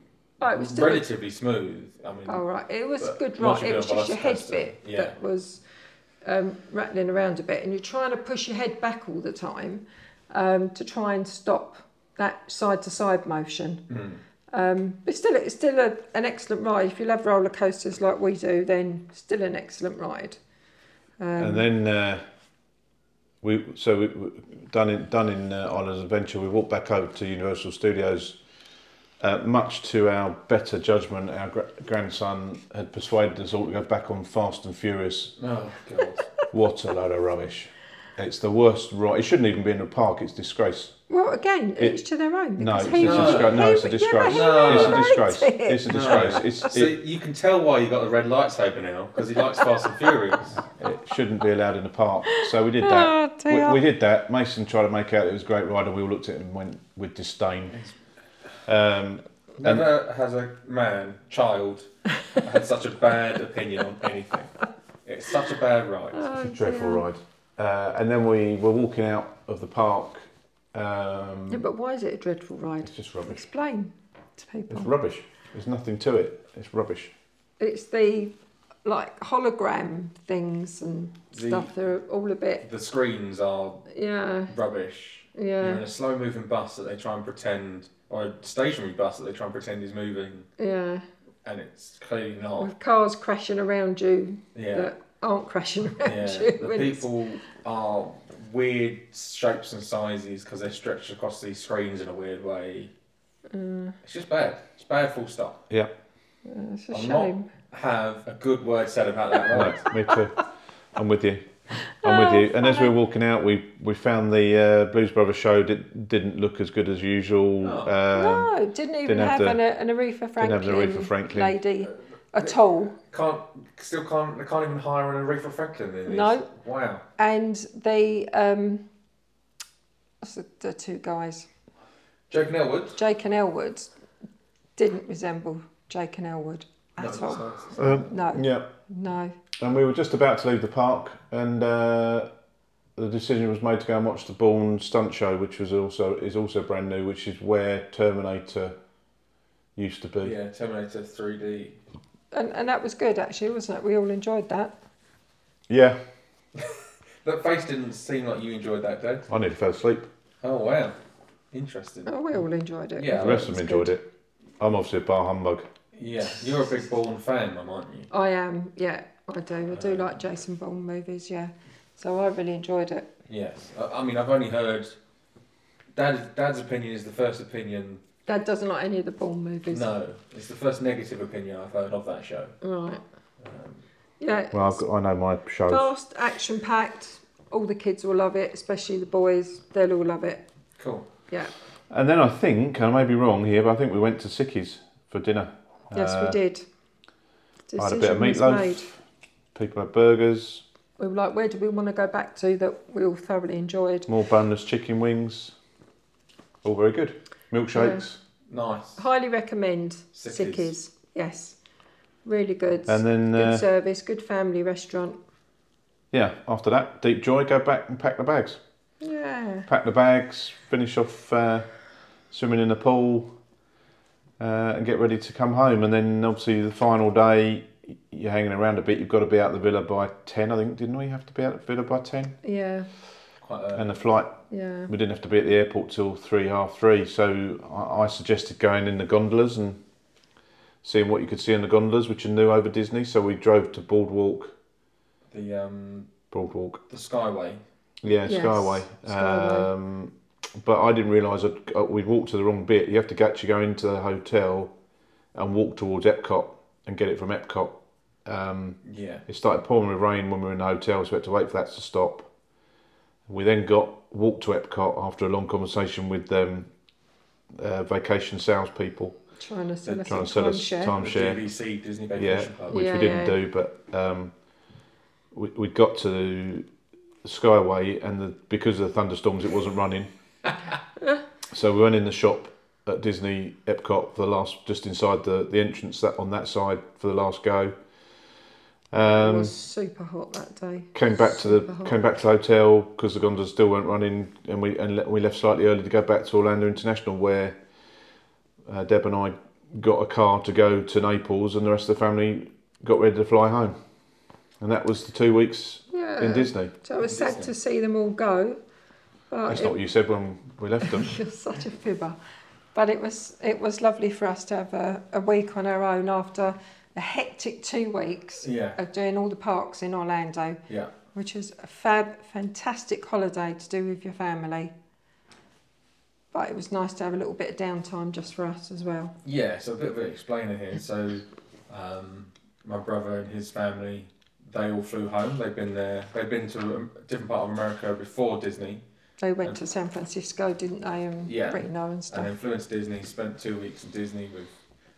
Oh, it was still- Oh.
relatively smooth. I mean,
All right, it was
But
good,
once you
right? It
go
was just your head
past that,
bit
yeah.
that was um, rattling around a bit, and you're trying to push your head back all the time um, to try and stop that side to side motion.
Hmm.
Um, but still, it's still a, an excellent ride. If you love roller coasters like we do, then still an excellent ride. Um,
and then uh, we so we, we done in done in uh, Islands Adventure. We walked back over to Universal Studios. Uh, much to our better judgment, our gra- grandson had persuaded us all to go back on Fast and Furious.
oh god,
What a load of rubbish! It's the worst ride. It shouldn't even be in a park. It's disgrace.
Well, again, each to their own.
No,
because
it's a
he-
disgrace. No,
No.
it's a disgrace.
he- yeah, but he
It's a
really
disgrace.
liked it.
It's a disgrace. It's,
so
it,
you can tell why you got the red lightsaber now because he likes Fast and Furious.
it shouldn't be allowed in the park. So we did that.
Oh, dear.
we, we did that. Mason tried to make out it was a great ride, and we all looked at it and went with disdain. Um,
Never has a man, child, had such a bad opinion on anything. It's such a bad ride.
Oh,
dreadful
dear.
ride. Uh, and then we were walking out of the park. Um,
Yeah, but why is it a dreadful ride?
It's just rubbish.
Explain to people.
It's rubbish. There's nothing to it. It's rubbish. Mm-hmm.
it's the like hologram things and
The-
stuff. They're all a bit,
The screens are
yeah,
rubbish. You're in
yeah,
a slow moving bus that they try and pretend, or a stationary bus that they try and pretend is moving,
yeah.
and it's clearly
Oh.
not.
With cars crashing around you
Yeah.
that aren't crashing around
Yeah.
you.
The
and it's-
people are weird shapes and sizes because they're stretched across these screens in a weird way.
Mm.
It's just bad. It's bad, full stop.
Yeah.
Yeah, it's a
I'm
um,
shame.
Have a good word said about that
No,
ride.
me too. I'm with you. I'm with
Oh,
you. And as we
funny.
were walking out, we, we found the uh, Blues Brothers show did, didn't look as good as usual.
Oh.
Um,
no, didn't even
didn't have
have,
the-
an, an Aretha
didn't
Franklin,
have an Aretha Franklin.
lady at all.
Can't still can't they can't even hire an Aretha Franklin. in these.
No.
Wow.
And they, um, what's the, the two guys,
Jake and Elwood.
Jake and Elwood, didn't resemble Jake and Elwood
No,
at all. Uh.
so- so-
um,
No,
yeah.
no.
And we were just about to leave the park, and uh, the decision was made to go and watch the Bourne stunt show, which was also is also brand new, which is where Terminator used to be.
Oh, yeah, Terminator 3D.
And, and that was good actually, wasn't it? We all enjoyed that.
Yeah,
That face didn't seem like you enjoyed that, Dad.
I nearly fell asleep.
Oh wow, interesting.
Oh, we all enjoyed it.
Yeah.
The rest of
was
them enjoyed it. I'm obviously a bar humbug.
Yeah, you're a big Bourne fan, though, aren't you?
I am, yeah, I do. I
Uh,
do like Jason Bourne movies, yeah. So I really enjoyed it.
Yes. I, I mean, I've only heard. Dad, Dad's opinion is the first opinion.
Dad doesn't like any of the Bourne movies.
No, it's the first negative opinion I've heard of that show.
Right.
Um,
Yeah.
Well, I've got, I know my shows.
Fast, action packed. All the kids will love it, especially the boys. They'll all love it.
cool.
Yeah.
And then I think, and I may be wrong here, but I think we went to Sickies for dinner.
Yes,
Uh,
we did.
I had a bit of
Decision was
meatloaf.
made.
People had burgers,
We were like, where do we want to go back to that we all thoroughly enjoyed?
more boneless chicken wings. All very good. Milkshakes.
Nice.
Highly recommend
Sickies.
Sickies. Yes. Really good.
And then,
good
uh,
service, good family restaurant.
yeah, after that, deep joy, go back and pack the bags.
Yeah.
Pack the bags, finish off uh, swimming in the pool, uh, and get ready to come home. And then, obviously, the final day, you're hanging around a bit. You've got to be out the villa by 10, I think, didn't we? Have to be out the villa by 10.
Yeah.
Quite early.
And the flight
Yeah.
We didn't have to be at the airport till three, half three, so I, I suggested going in the gondolas and seeing what you could see in the gondolas, which are new over Disney. So we drove to Boardwalk,
the um
Boardwalk,
the Skyway.
yeah,
Yes,
Skyway.
Skyway.
Um, but I didn't realise I'd- uh, we'd walked to the wrong bit. You have to go- actually go into the hotel and walk towards Epcot and get it from Epcot. Um,
Yeah.
It started pouring with rain when we were in the hotel, so we had to wait for that to stop. We then got walked to Epcot after a long conversation with um, uh, vacation salespeople,
Trying to sell
They're
us
trying
a
to sell us
timeshare.
The
timeshare,
BBC Disney Vacation Club.
uh, which
Yeah,
we didn't
yeah.
do. But um, we, we got to Skyway, and the, because of the thunderstorms, it wasn't running. so we went in the shop at Disney Epcot for the last, just inside the, the entrance that on that side for the last go.
It
Um,
was super hot that day.
Came back to
Super
the
hot.
came back to the hotel because the gondolas still weren't running, and we and le- we left slightly early to go back to Orlando International, where uh, Deb and I got a car to go to Naples, and the rest of the family got ready to fly home, and that was the two weeks
Yeah.
in Disney.
So it was sad
Disney.
to see them all go, but
That's
uh, it,
not what you said when we left them.
you're such a fibber. But it was it was lovely for us to have a, a week on our own after a hectic two weeks
Yeah.
of doing all the parks in Orlando,
Yeah.
which was a fab, fantastic holiday to do with your family. But it was nice to have a little bit of downtime just for us as well.
Yeah, so a bit of an explainer here. So, um, my brother and his family, they all flew home. They've been there. They've been to a different part of America before Disney,
They went to San Francisco, didn't they, and
Yeah.
Reno and
and
stuff.
then flew into Disney. Spent two weeks in Disney with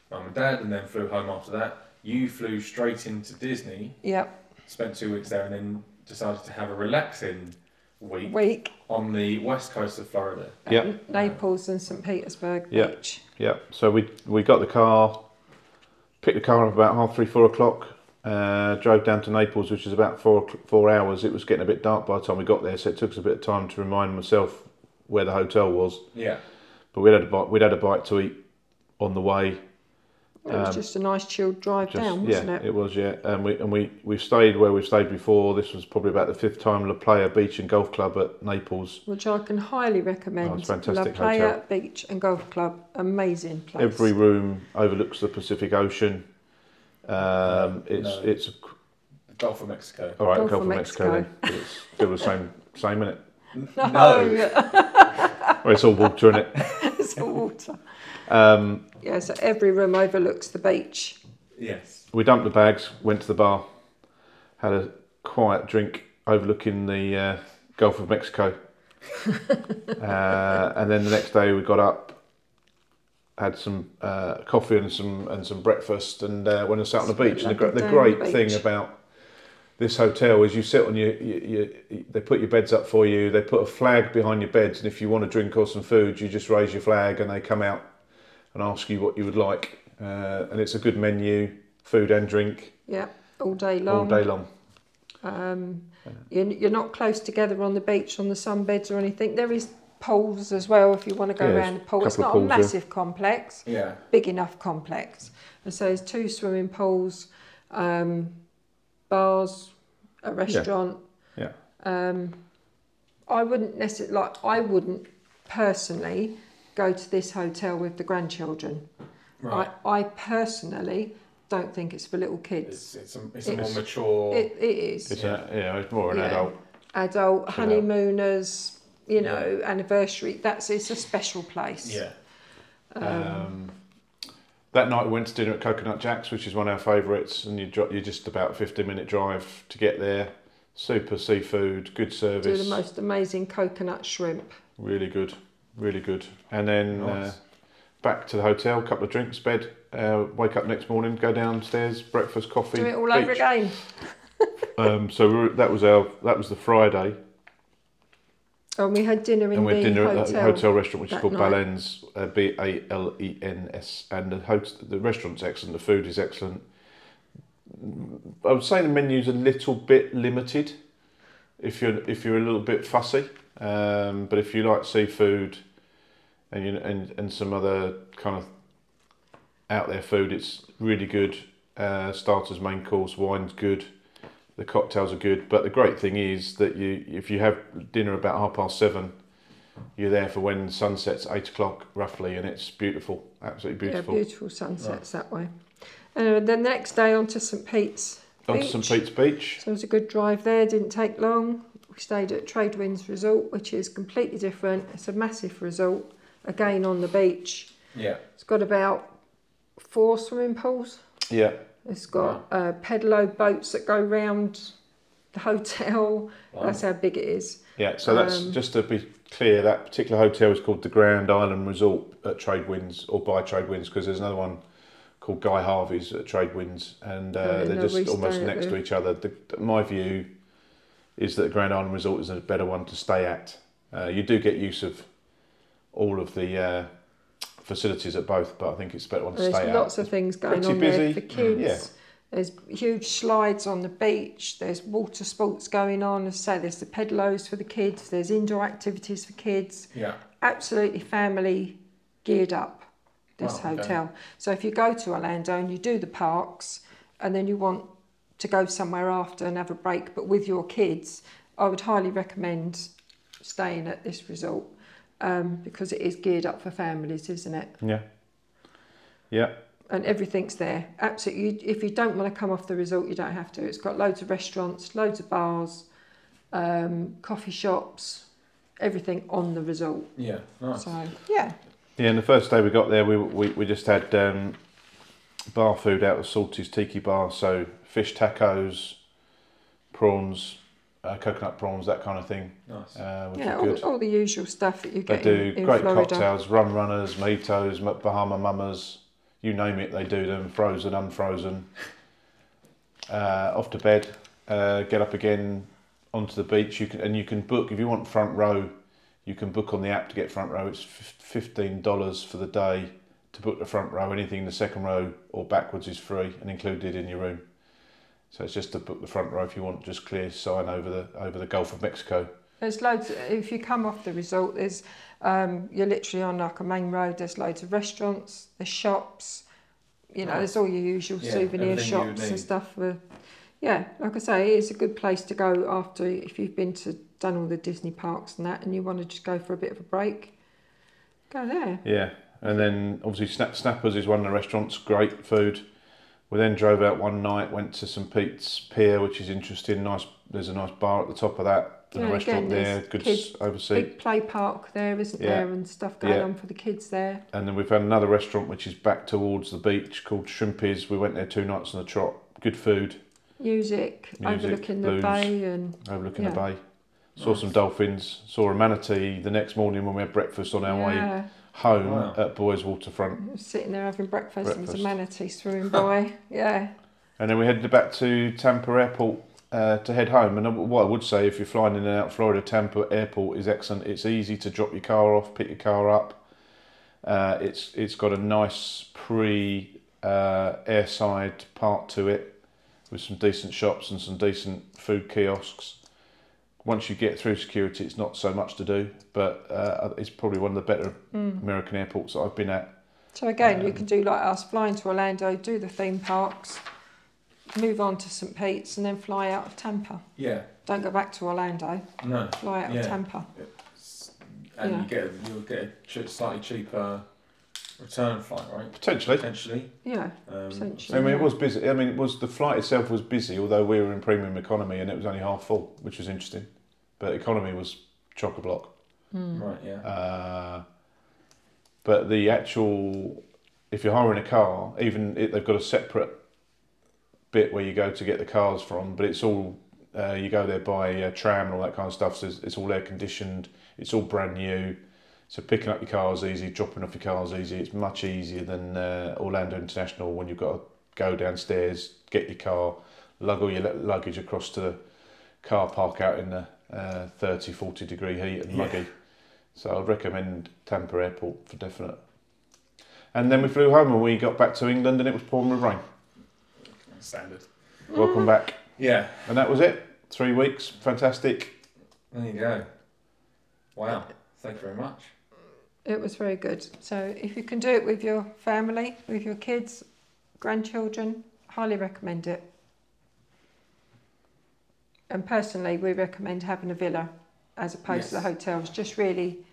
mum and dad, and then flew home after that. You flew straight into Disney,
Yep,
spent two weeks there, and then decided to have a relaxing week
week, um,
on the west coast of Florida.
yeah,
Naples and St. Petersburg
Yeah.
Beach.
yeah. So we we got the car, picked the car up about half three, four o'clock. Uh, drove down to Naples, which is about four o'clock- four hours. It was getting a bit dark by the time we got there, so it took us a bit of time to remind myself where the hotel was.
Yeah,
But we'd had a bite, we'd had a bite to eat on the way.
It was
Um,
just a nice chilled drive
Just,
down,
yeah,
wasn't it?
was. Yeah, and we and we we stayed where we've stayed before. This was probably about the fifth time La Playa Beach and Golf Club at Naples.
Which I can highly recommend.
Oh, it's a fantastic
La Playa
hotel.
Beach and Golf Club, amazing place.
Every room overlooks the Pacific Ocean. Um, it's
No.
it's
the Gulf of Mexico.
all right.
Gulf
Golf of
of
Mexico.
Mexico.
Then. It's still the same same in it.
no,
Well, it's all water in it.
it's all water.
Um,
Yeah, so every room overlooks the beach.
Yes.
we dumped the bags, went to the bar, had a quiet drink overlooking the uh, Gulf of Mexico. uh, and then the next day we got up, had some uh, coffee and some and some breakfast, and uh, went and sat on the beach. And the, gr-
Lovely
the
day on the
great thing
beach.
about this hotel is you sit on your, your, your they put your beds up for you. They put a flag behind your beds, and if you want a drink or some food, you just raise your flag, and they come out and ask you what you would like. Uh, and it's a good menu, food and drink
Yeah, all day
all
long.
day long.
Um, you're, you're not close together on the beach on the sunbeds or anything. There is pools as well if you want to go
Yeah, there's
around the pool. It's
couple of
not a
pools, yeah.
massive complex,
Yeah.
big enough complex. And so there's two swimming pools, um, bars, a restaurant.
Yeah.
Um, I wouldn't necessarily like. I wouldn't personally go to this hotel with the grandchildren.
Right.
I, I personally don't think it's for little kids.
It's, it's a, it's a more
It's-
mature.
It, it is.
It's yeah. you know, it's more an
Yeah.
adult.
adult
Chill out.
honeymooners, you know, anniversary. That's it's a special place.
yeah.
Um, that night we went to dinner at Coconut Jack's, which is one of our favourites, and you dro- you're just about a 15 minute drive to get there. Super seafood, good
Do
service,
the most amazing coconut shrimp.
really good, really good. And then
Nice.
uh, back to the hotel, couple of drinks, bed. Uh, wake up next morning, go downstairs, breakfast, coffee.
Do it all
beach.
over again.
Um, so we were, that was our that was the Friday,
And Oh, we had dinner in
and we had
the
dinner
hotel.
at the hotel restaurant, which is
that
called
night.
Balens, uh, B A L E N S, and the host, the restaurant's excellent. The food is excellent. I would say the menu's a little bit limited, if you're if you're a little bit fussy, um, but if you like seafood, and you and and some other kind of out there food, it's really good. Uh, starters, main course, wine's good. The cocktails are good, but the great thing is that you if you have dinner about half past seven, you're there for when sun sets eight o'clock roughly, and it's beautiful, absolutely beautiful.
Yeah, beautiful sunsets that way. And then the next day on to St Pete's.
On to
Beach.
St Pete's Beach.
So it was a good drive there, didn't take long. We stayed at Tradewinds Resort, which is completely different. It's a massive resort, again on the beach.
Yeah.
It's got about four swimming pools.
Yeah,
It's got uh, pedalo boats that go round the hotel. That's how big it is.
yeah. So that's
Um,
just to be clear. That particular hotel is called the Grand Island Resort at Tradewinds or by Tradewinds because there's another one called Guy Harvey's at Tradewinds, and uh,
Oh, yeah,
they're
no, we
just
stay
almost
at
next
the-
to each other. The, my view is that the Grand Island Resort is a better one to stay at. Uh, you do get use of all of the uh, facilities at both, but I think it's a better one to
There's
stay
lots
at.
of things going
pretty
on there
busy.
for
Mm,
kids.
yeah.
There's huge slides on the beach. There's water sports going on. As I say, there's the pedalos for the kids. There's indoor activities for kids.
Yeah.
Absolutely family geared up. This
Wow, okay.
hotel. So if you go to Orlando and you do the parks, and then you want to go somewhere after and have a break, but with your kids, I would highly recommend staying at this resort um, because it is geared up for families, isn't it?
Yeah, yeah.
and everything's there. Absolutely, you- if you don't want to come off the resort, you don't have to. It's got loads of restaurants, loads of bars, um, coffee shops, everything on the resort.
Yeah. Nice.
So yeah,
Yeah, and the first day we got there, we we, we just had um, bar food out of Salty's Tiki Bar, so fish tacos, prawns, uh, coconut prawns, that kind of thing,
Nice.
uh, which
yeah,
are
all,
good.
all the usual stuff that you
They
get
do
in, in
great
Florida.
cocktails, rum runners, mojitos, Ma- Bahama mamas, you name it, they do them, frozen, unfrozen. Uh, off to bed, uh, get up again onto the beach, you can, and you can book, if you want front row, you can book on the app to get front row. It's fif- $15 for the day to book the front row. Anything in the second row or backwards is free and included in your room. So it's just to book the front row if you want, just clear sign over the over the Gulf of Mexico.
There's loads. If you come off the resort, there's um, you're literally on like a main road. There's loads of restaurants, there's shops. You know, there's all your usual
Yeah,
souvenir
everything you would
shops and
need.
stuff. For, yeah, like I say, it's a good place to go after if you've been to done all the Disney parks and that, and you want to just go for a bit of a break. Go there.
Yeah, and then obviously Snap Snappers is one of the restaurants. Great food. We then drove out one night, went to St Pete's Pier, which is interesting. Nice. There's a nice bar at the top of that. There's
Yeah,
a restaurant
again,
there.
there's
Good
Oh, kids-
overseas.
Big play park there, isn't
Yeah.
there, and stuff going
Yeah.
on for the kids there.
And then we've had another restaurant which is back towards the beach called Shrimpy's. We went there two nights on the trot. Good food.
music,
Music,
overlooking
blues.
the bay and
overlooking the
Yeah.
bay. Saw some dolphins. Saw a manatee the next morning when we had breakfast on our way
yeah,
home
Wow.
at Boys Waterfront.
sitting there having breakfast, and some
Breakfast.
manatee swimming by. Yeah,
And then we headed back to Tampa Airport uh, to head home. And what I would say, if you're flying in and out of Florida, Tampa Airport is excellent. It's easy to drop your car off, pick your car up. Uh, it's it's got a nice pre uh, airside part to it, with some decent shops and some decent food kiosks. Once you get through security, it's not so much to do, but uh, it's probably one of the better American airports that I've been at.
So again,
Um,
you can do like us, fly into Orlando, do the theme parks, move on to St Pete's, and then fly out of Tampa.
Yeah.
Don't go back to Orlando.
No.
Fly out
Yeah.
of Tampa.
It's- And you
Yeah.
get a- you'll get a ch- slightly cheaper return flight, right?
Potentially,
Potentially.
Yeah,
Um,
essentially.
I mean, it
yeah.
was busy. I mean, it was the flight itself was busy, although we were in premium economy and it was only half full, which was interesting. But economy was chock a block.
right. Yeah.
Uh, but the actual, if you're hiring a car, even it, they've got a separate bit where you go to get the cars from, but it's all uh, you go there by uh, tram and all that kind of stuff. So it's, it's all air conditioned. It's all brand new. So picking up your car is easy. Dropping off your car is easy. It's much easier than uh, Orlando International when you've got to go downstairs, get your car, lug all your lu- luggage across to the car park out in the uh, 30, 40 degree heat and
Yeah.
muggy. So I'd recommend Tampa Airport for definite. And then we flew home and we got back to England and it was pouring with rain.
Standard.
Welcome back.
Yeah.
And that was it. Three weeks. Fantastic.
There you go. Wow. Thank you very much.
It was very good. So if you can do it with your family, with your kids, grandchildren, highly recommend it. And personally, we recommend having a villa as opposed to the
Yes.
hotels, just really,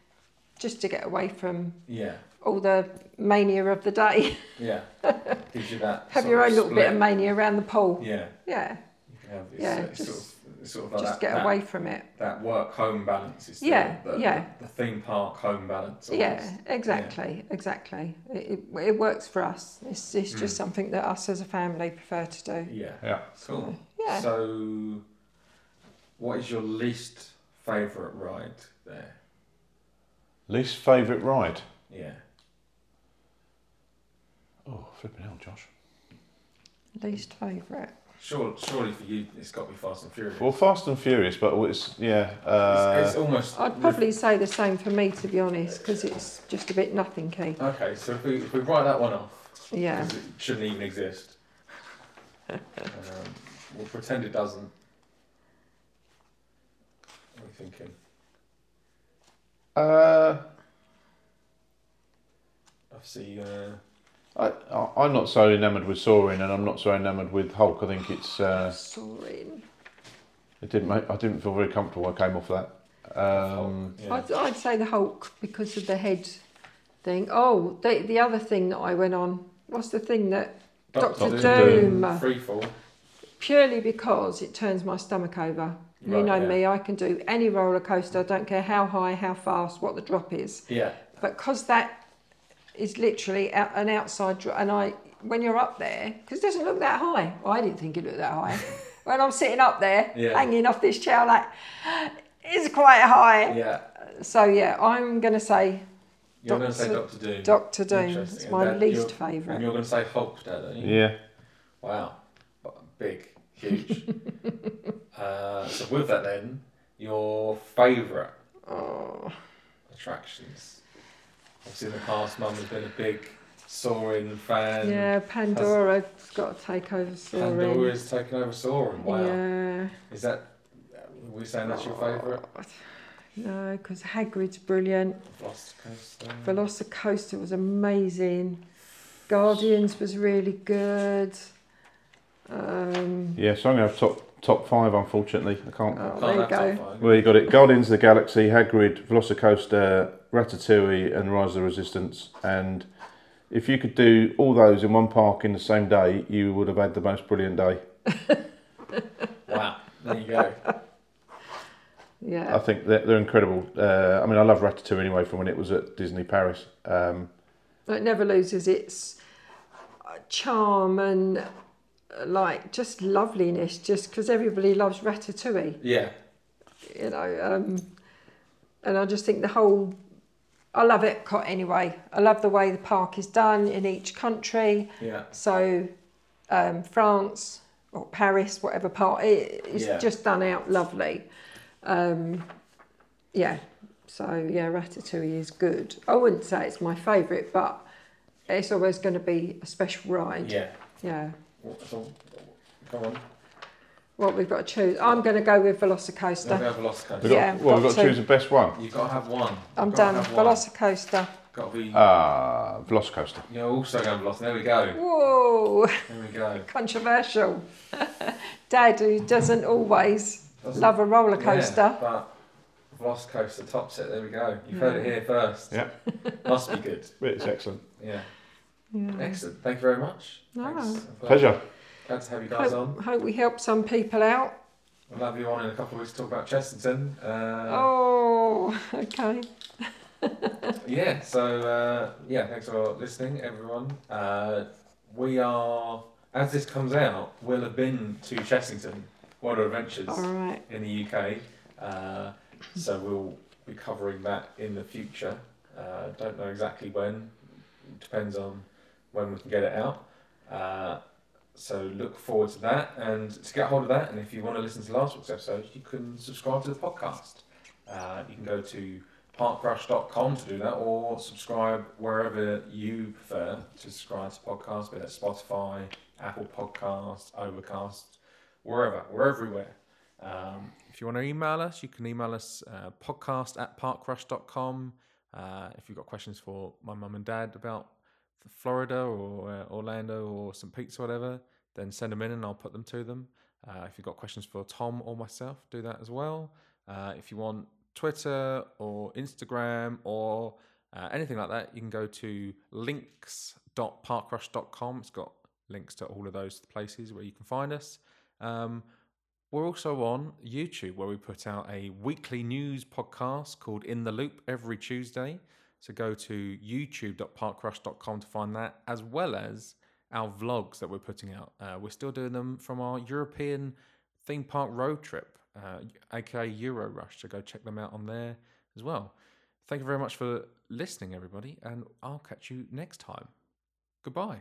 just to get away from
Yeah.
all the mania of the day.
Yeah. Gives you that.
Have
sort
your
of
own little bit of
split.
mania around the pool.
Yeah.
Yeah,
You can have it's,
Yeah,
uh, it's
just-
sort of, it's sort of like that,
just get
that,
away from it.
that work home balance. Is the-
Yeah,
The,
yeah.
The, the theme park home balance.
Yeah,
almost.
exactly, exactly. It, it, it works for us. It's, it's
Mm.
just something that us as a family prefer to do.
Yeah.
Yeah.
Cool.
Yeah.
So, what is your least favourite ride there?
Least favourite ride?
Yeah.
Oh, flipping hell, Josh.
Least favourite.
Sure, surely for you, it's got to be Fast and Furious.
Well, Fast and Furious, but it's, yeah. Uh,
it's, it's almost.
I'd probably say the same for me, to be honest, because it's just a bit nothing key.
Okay, so if we, if we write that one off,
Yeah,
'cause it shouldn't even exist. um, we'll pretend it doesn't. What are you thinking?
uh,
Obviously, uh,
I, I, I'm not so enamoured with Soaring and I'm not so enamoured with Hulk. I think it's. Uh,
soaring.
it didn't make, I didn't feel very comfortable when I came off that. Um,
yeah.
I'd, I'd say the Hulk because of the head thing. Oh, the, the other thing that I went on. What's the thing that Doctor Doom.
Freefall.
purely because it turns my stomach over. You
Right,
know
yeah.
me, I can do any roller coaster. I don't care how high, how fast, what the drop is.
Yeah,
But 'cause that is literally out, an outside dr- and I when you're up there, 'cause it doesn't look that high. Well, I didn't think it looked that high. when I'm sitting up there,
Yeah.
hanging off this chair, like it's quite high.
yeah.
So yeah, I'm gonna say
You're going to say
Doctor-
Doctor Doom.
Doctor Doom.
Interesting.
It's
And
my
that-
least
you're- And
favourite.
you're going to say Hulk, Dad, aren't you?
yeah.
Wow. B- Big, huge. uh, so, with that, then, your favourite
Oh,
attractions? Obviously, in the past, Mum has been a big soaring fan.
yeah, Pandora's got to take over soaring.
Pandora's taken over soaring. Wow.
Yeah.
Is that, we're saying that's your favourite?
No, because Hagrid's brilliant.
Velocicoaster.
Velocicoaster was amazing. Guardians was really good. Um,
Yeah, so I'm going to have top, top five, unfortunately. I can't.
oh,
Can't
there you
have top
go.
five.
Well, you got it. Guardians of the Galaxy, Hagrid, Velocicoaster, Ratatouille, and Rise of the Resistance. And if you could do all those in one park in the same day, you would have had the most brilliant day.
Wow. There you go.
I
Yeah,
think they're, they're incredible. Uh, I mean, I love Ratatouille anyway from when it was at Disney Paris. Um,
it never loses its uh, charm and like just loveliness, just because everybody loves ratatouille,
Yeah.
you know. Um, and I just think the whole, I love Epcot anyway. I love the way the park is done in each country.
Yeah.
So um, France or Paris, whatever part, it, it's
Yeah.
just done out lovely. Um, yeah. So yeah, Ratatouille is good. I wouldn't say it's my favourite, but it's always going to be a special ride.
Yeah.
Yeah.
What- so- Go on.
What we've got to choose. I'm going to go with Velocicoaster.
We've got Velocicoaster.
We've got,
Yeah,
well, we've
got
got to
to.
choose the best one.
You've got to have one.
I'm
You've got
done.
to have one.
Velocicoaster.
Got to be.
Ah, Velocicoaster.
You're also going Velocicoaster. There we go.
Whoa,
There we go.
controversial. Dad, who doesn't always
That's-
love a roller
Yeah,
coaster.
but Velocicoaster tops it. There we go. You've heard
Hmm.
it here first.
Yeah.
Must be good.
It's excellent.
Yeah.
Yeah.
Excellent. Thank you very much.
No.
Thanks. I'm glad-
Pleasure.
Glad to have you guys on.
Hope, hope we help some people out.
We'll have you on in a couple of weeks to talk about Chesterton. Uh,
Oh, okay. Oh.
Yeah, so uh, yeah, thanks for listening, everyone. Uh, we are, as this comes out, we'll have been to Chessington, Water Adventures
All right.
in the UK. Uh, so we'll be covering that in the future. Uh, don't know exactly when, depends on when we can get it out. Uh, so look forward to that and to get hold of that. And if you want to listen to last week's episode, you can subscribe to the podcast. Uh, you can go to parkrush.com to do that or subscribe wherever you prefer to subscribe to podcasts, whether it's Spotify, Apple Podcasts, Overcast, wherever. We're everywhere. Um, if you want to email us, you can email us uh, podcast at parkrush.com. Uh, if you've got questions for my mum and dad about Florida or uh, Orlando or St. Pete's or whatever, then send them in and I'll put them to them. Uh, if you've got questions for Tom or myself, do that as well. Uh, if you want Twitter or Instagram or uh, anything like that, you can go to links.parkrush.com. It's got links to all of those places where you can find us. Um, we're also on YouTube, where we put out a weekly news podcast called In the Loop every Tuesday. So go to youtube.parkrush.com to find that, as well as our vlogs that we're putting out. Uh, we're still doing them from our European theme park road trip, uh, aka Euro Rush. So go check them out on there as well. Thank you very much for listening, everybody, and I'll catch you next time. Goodbye.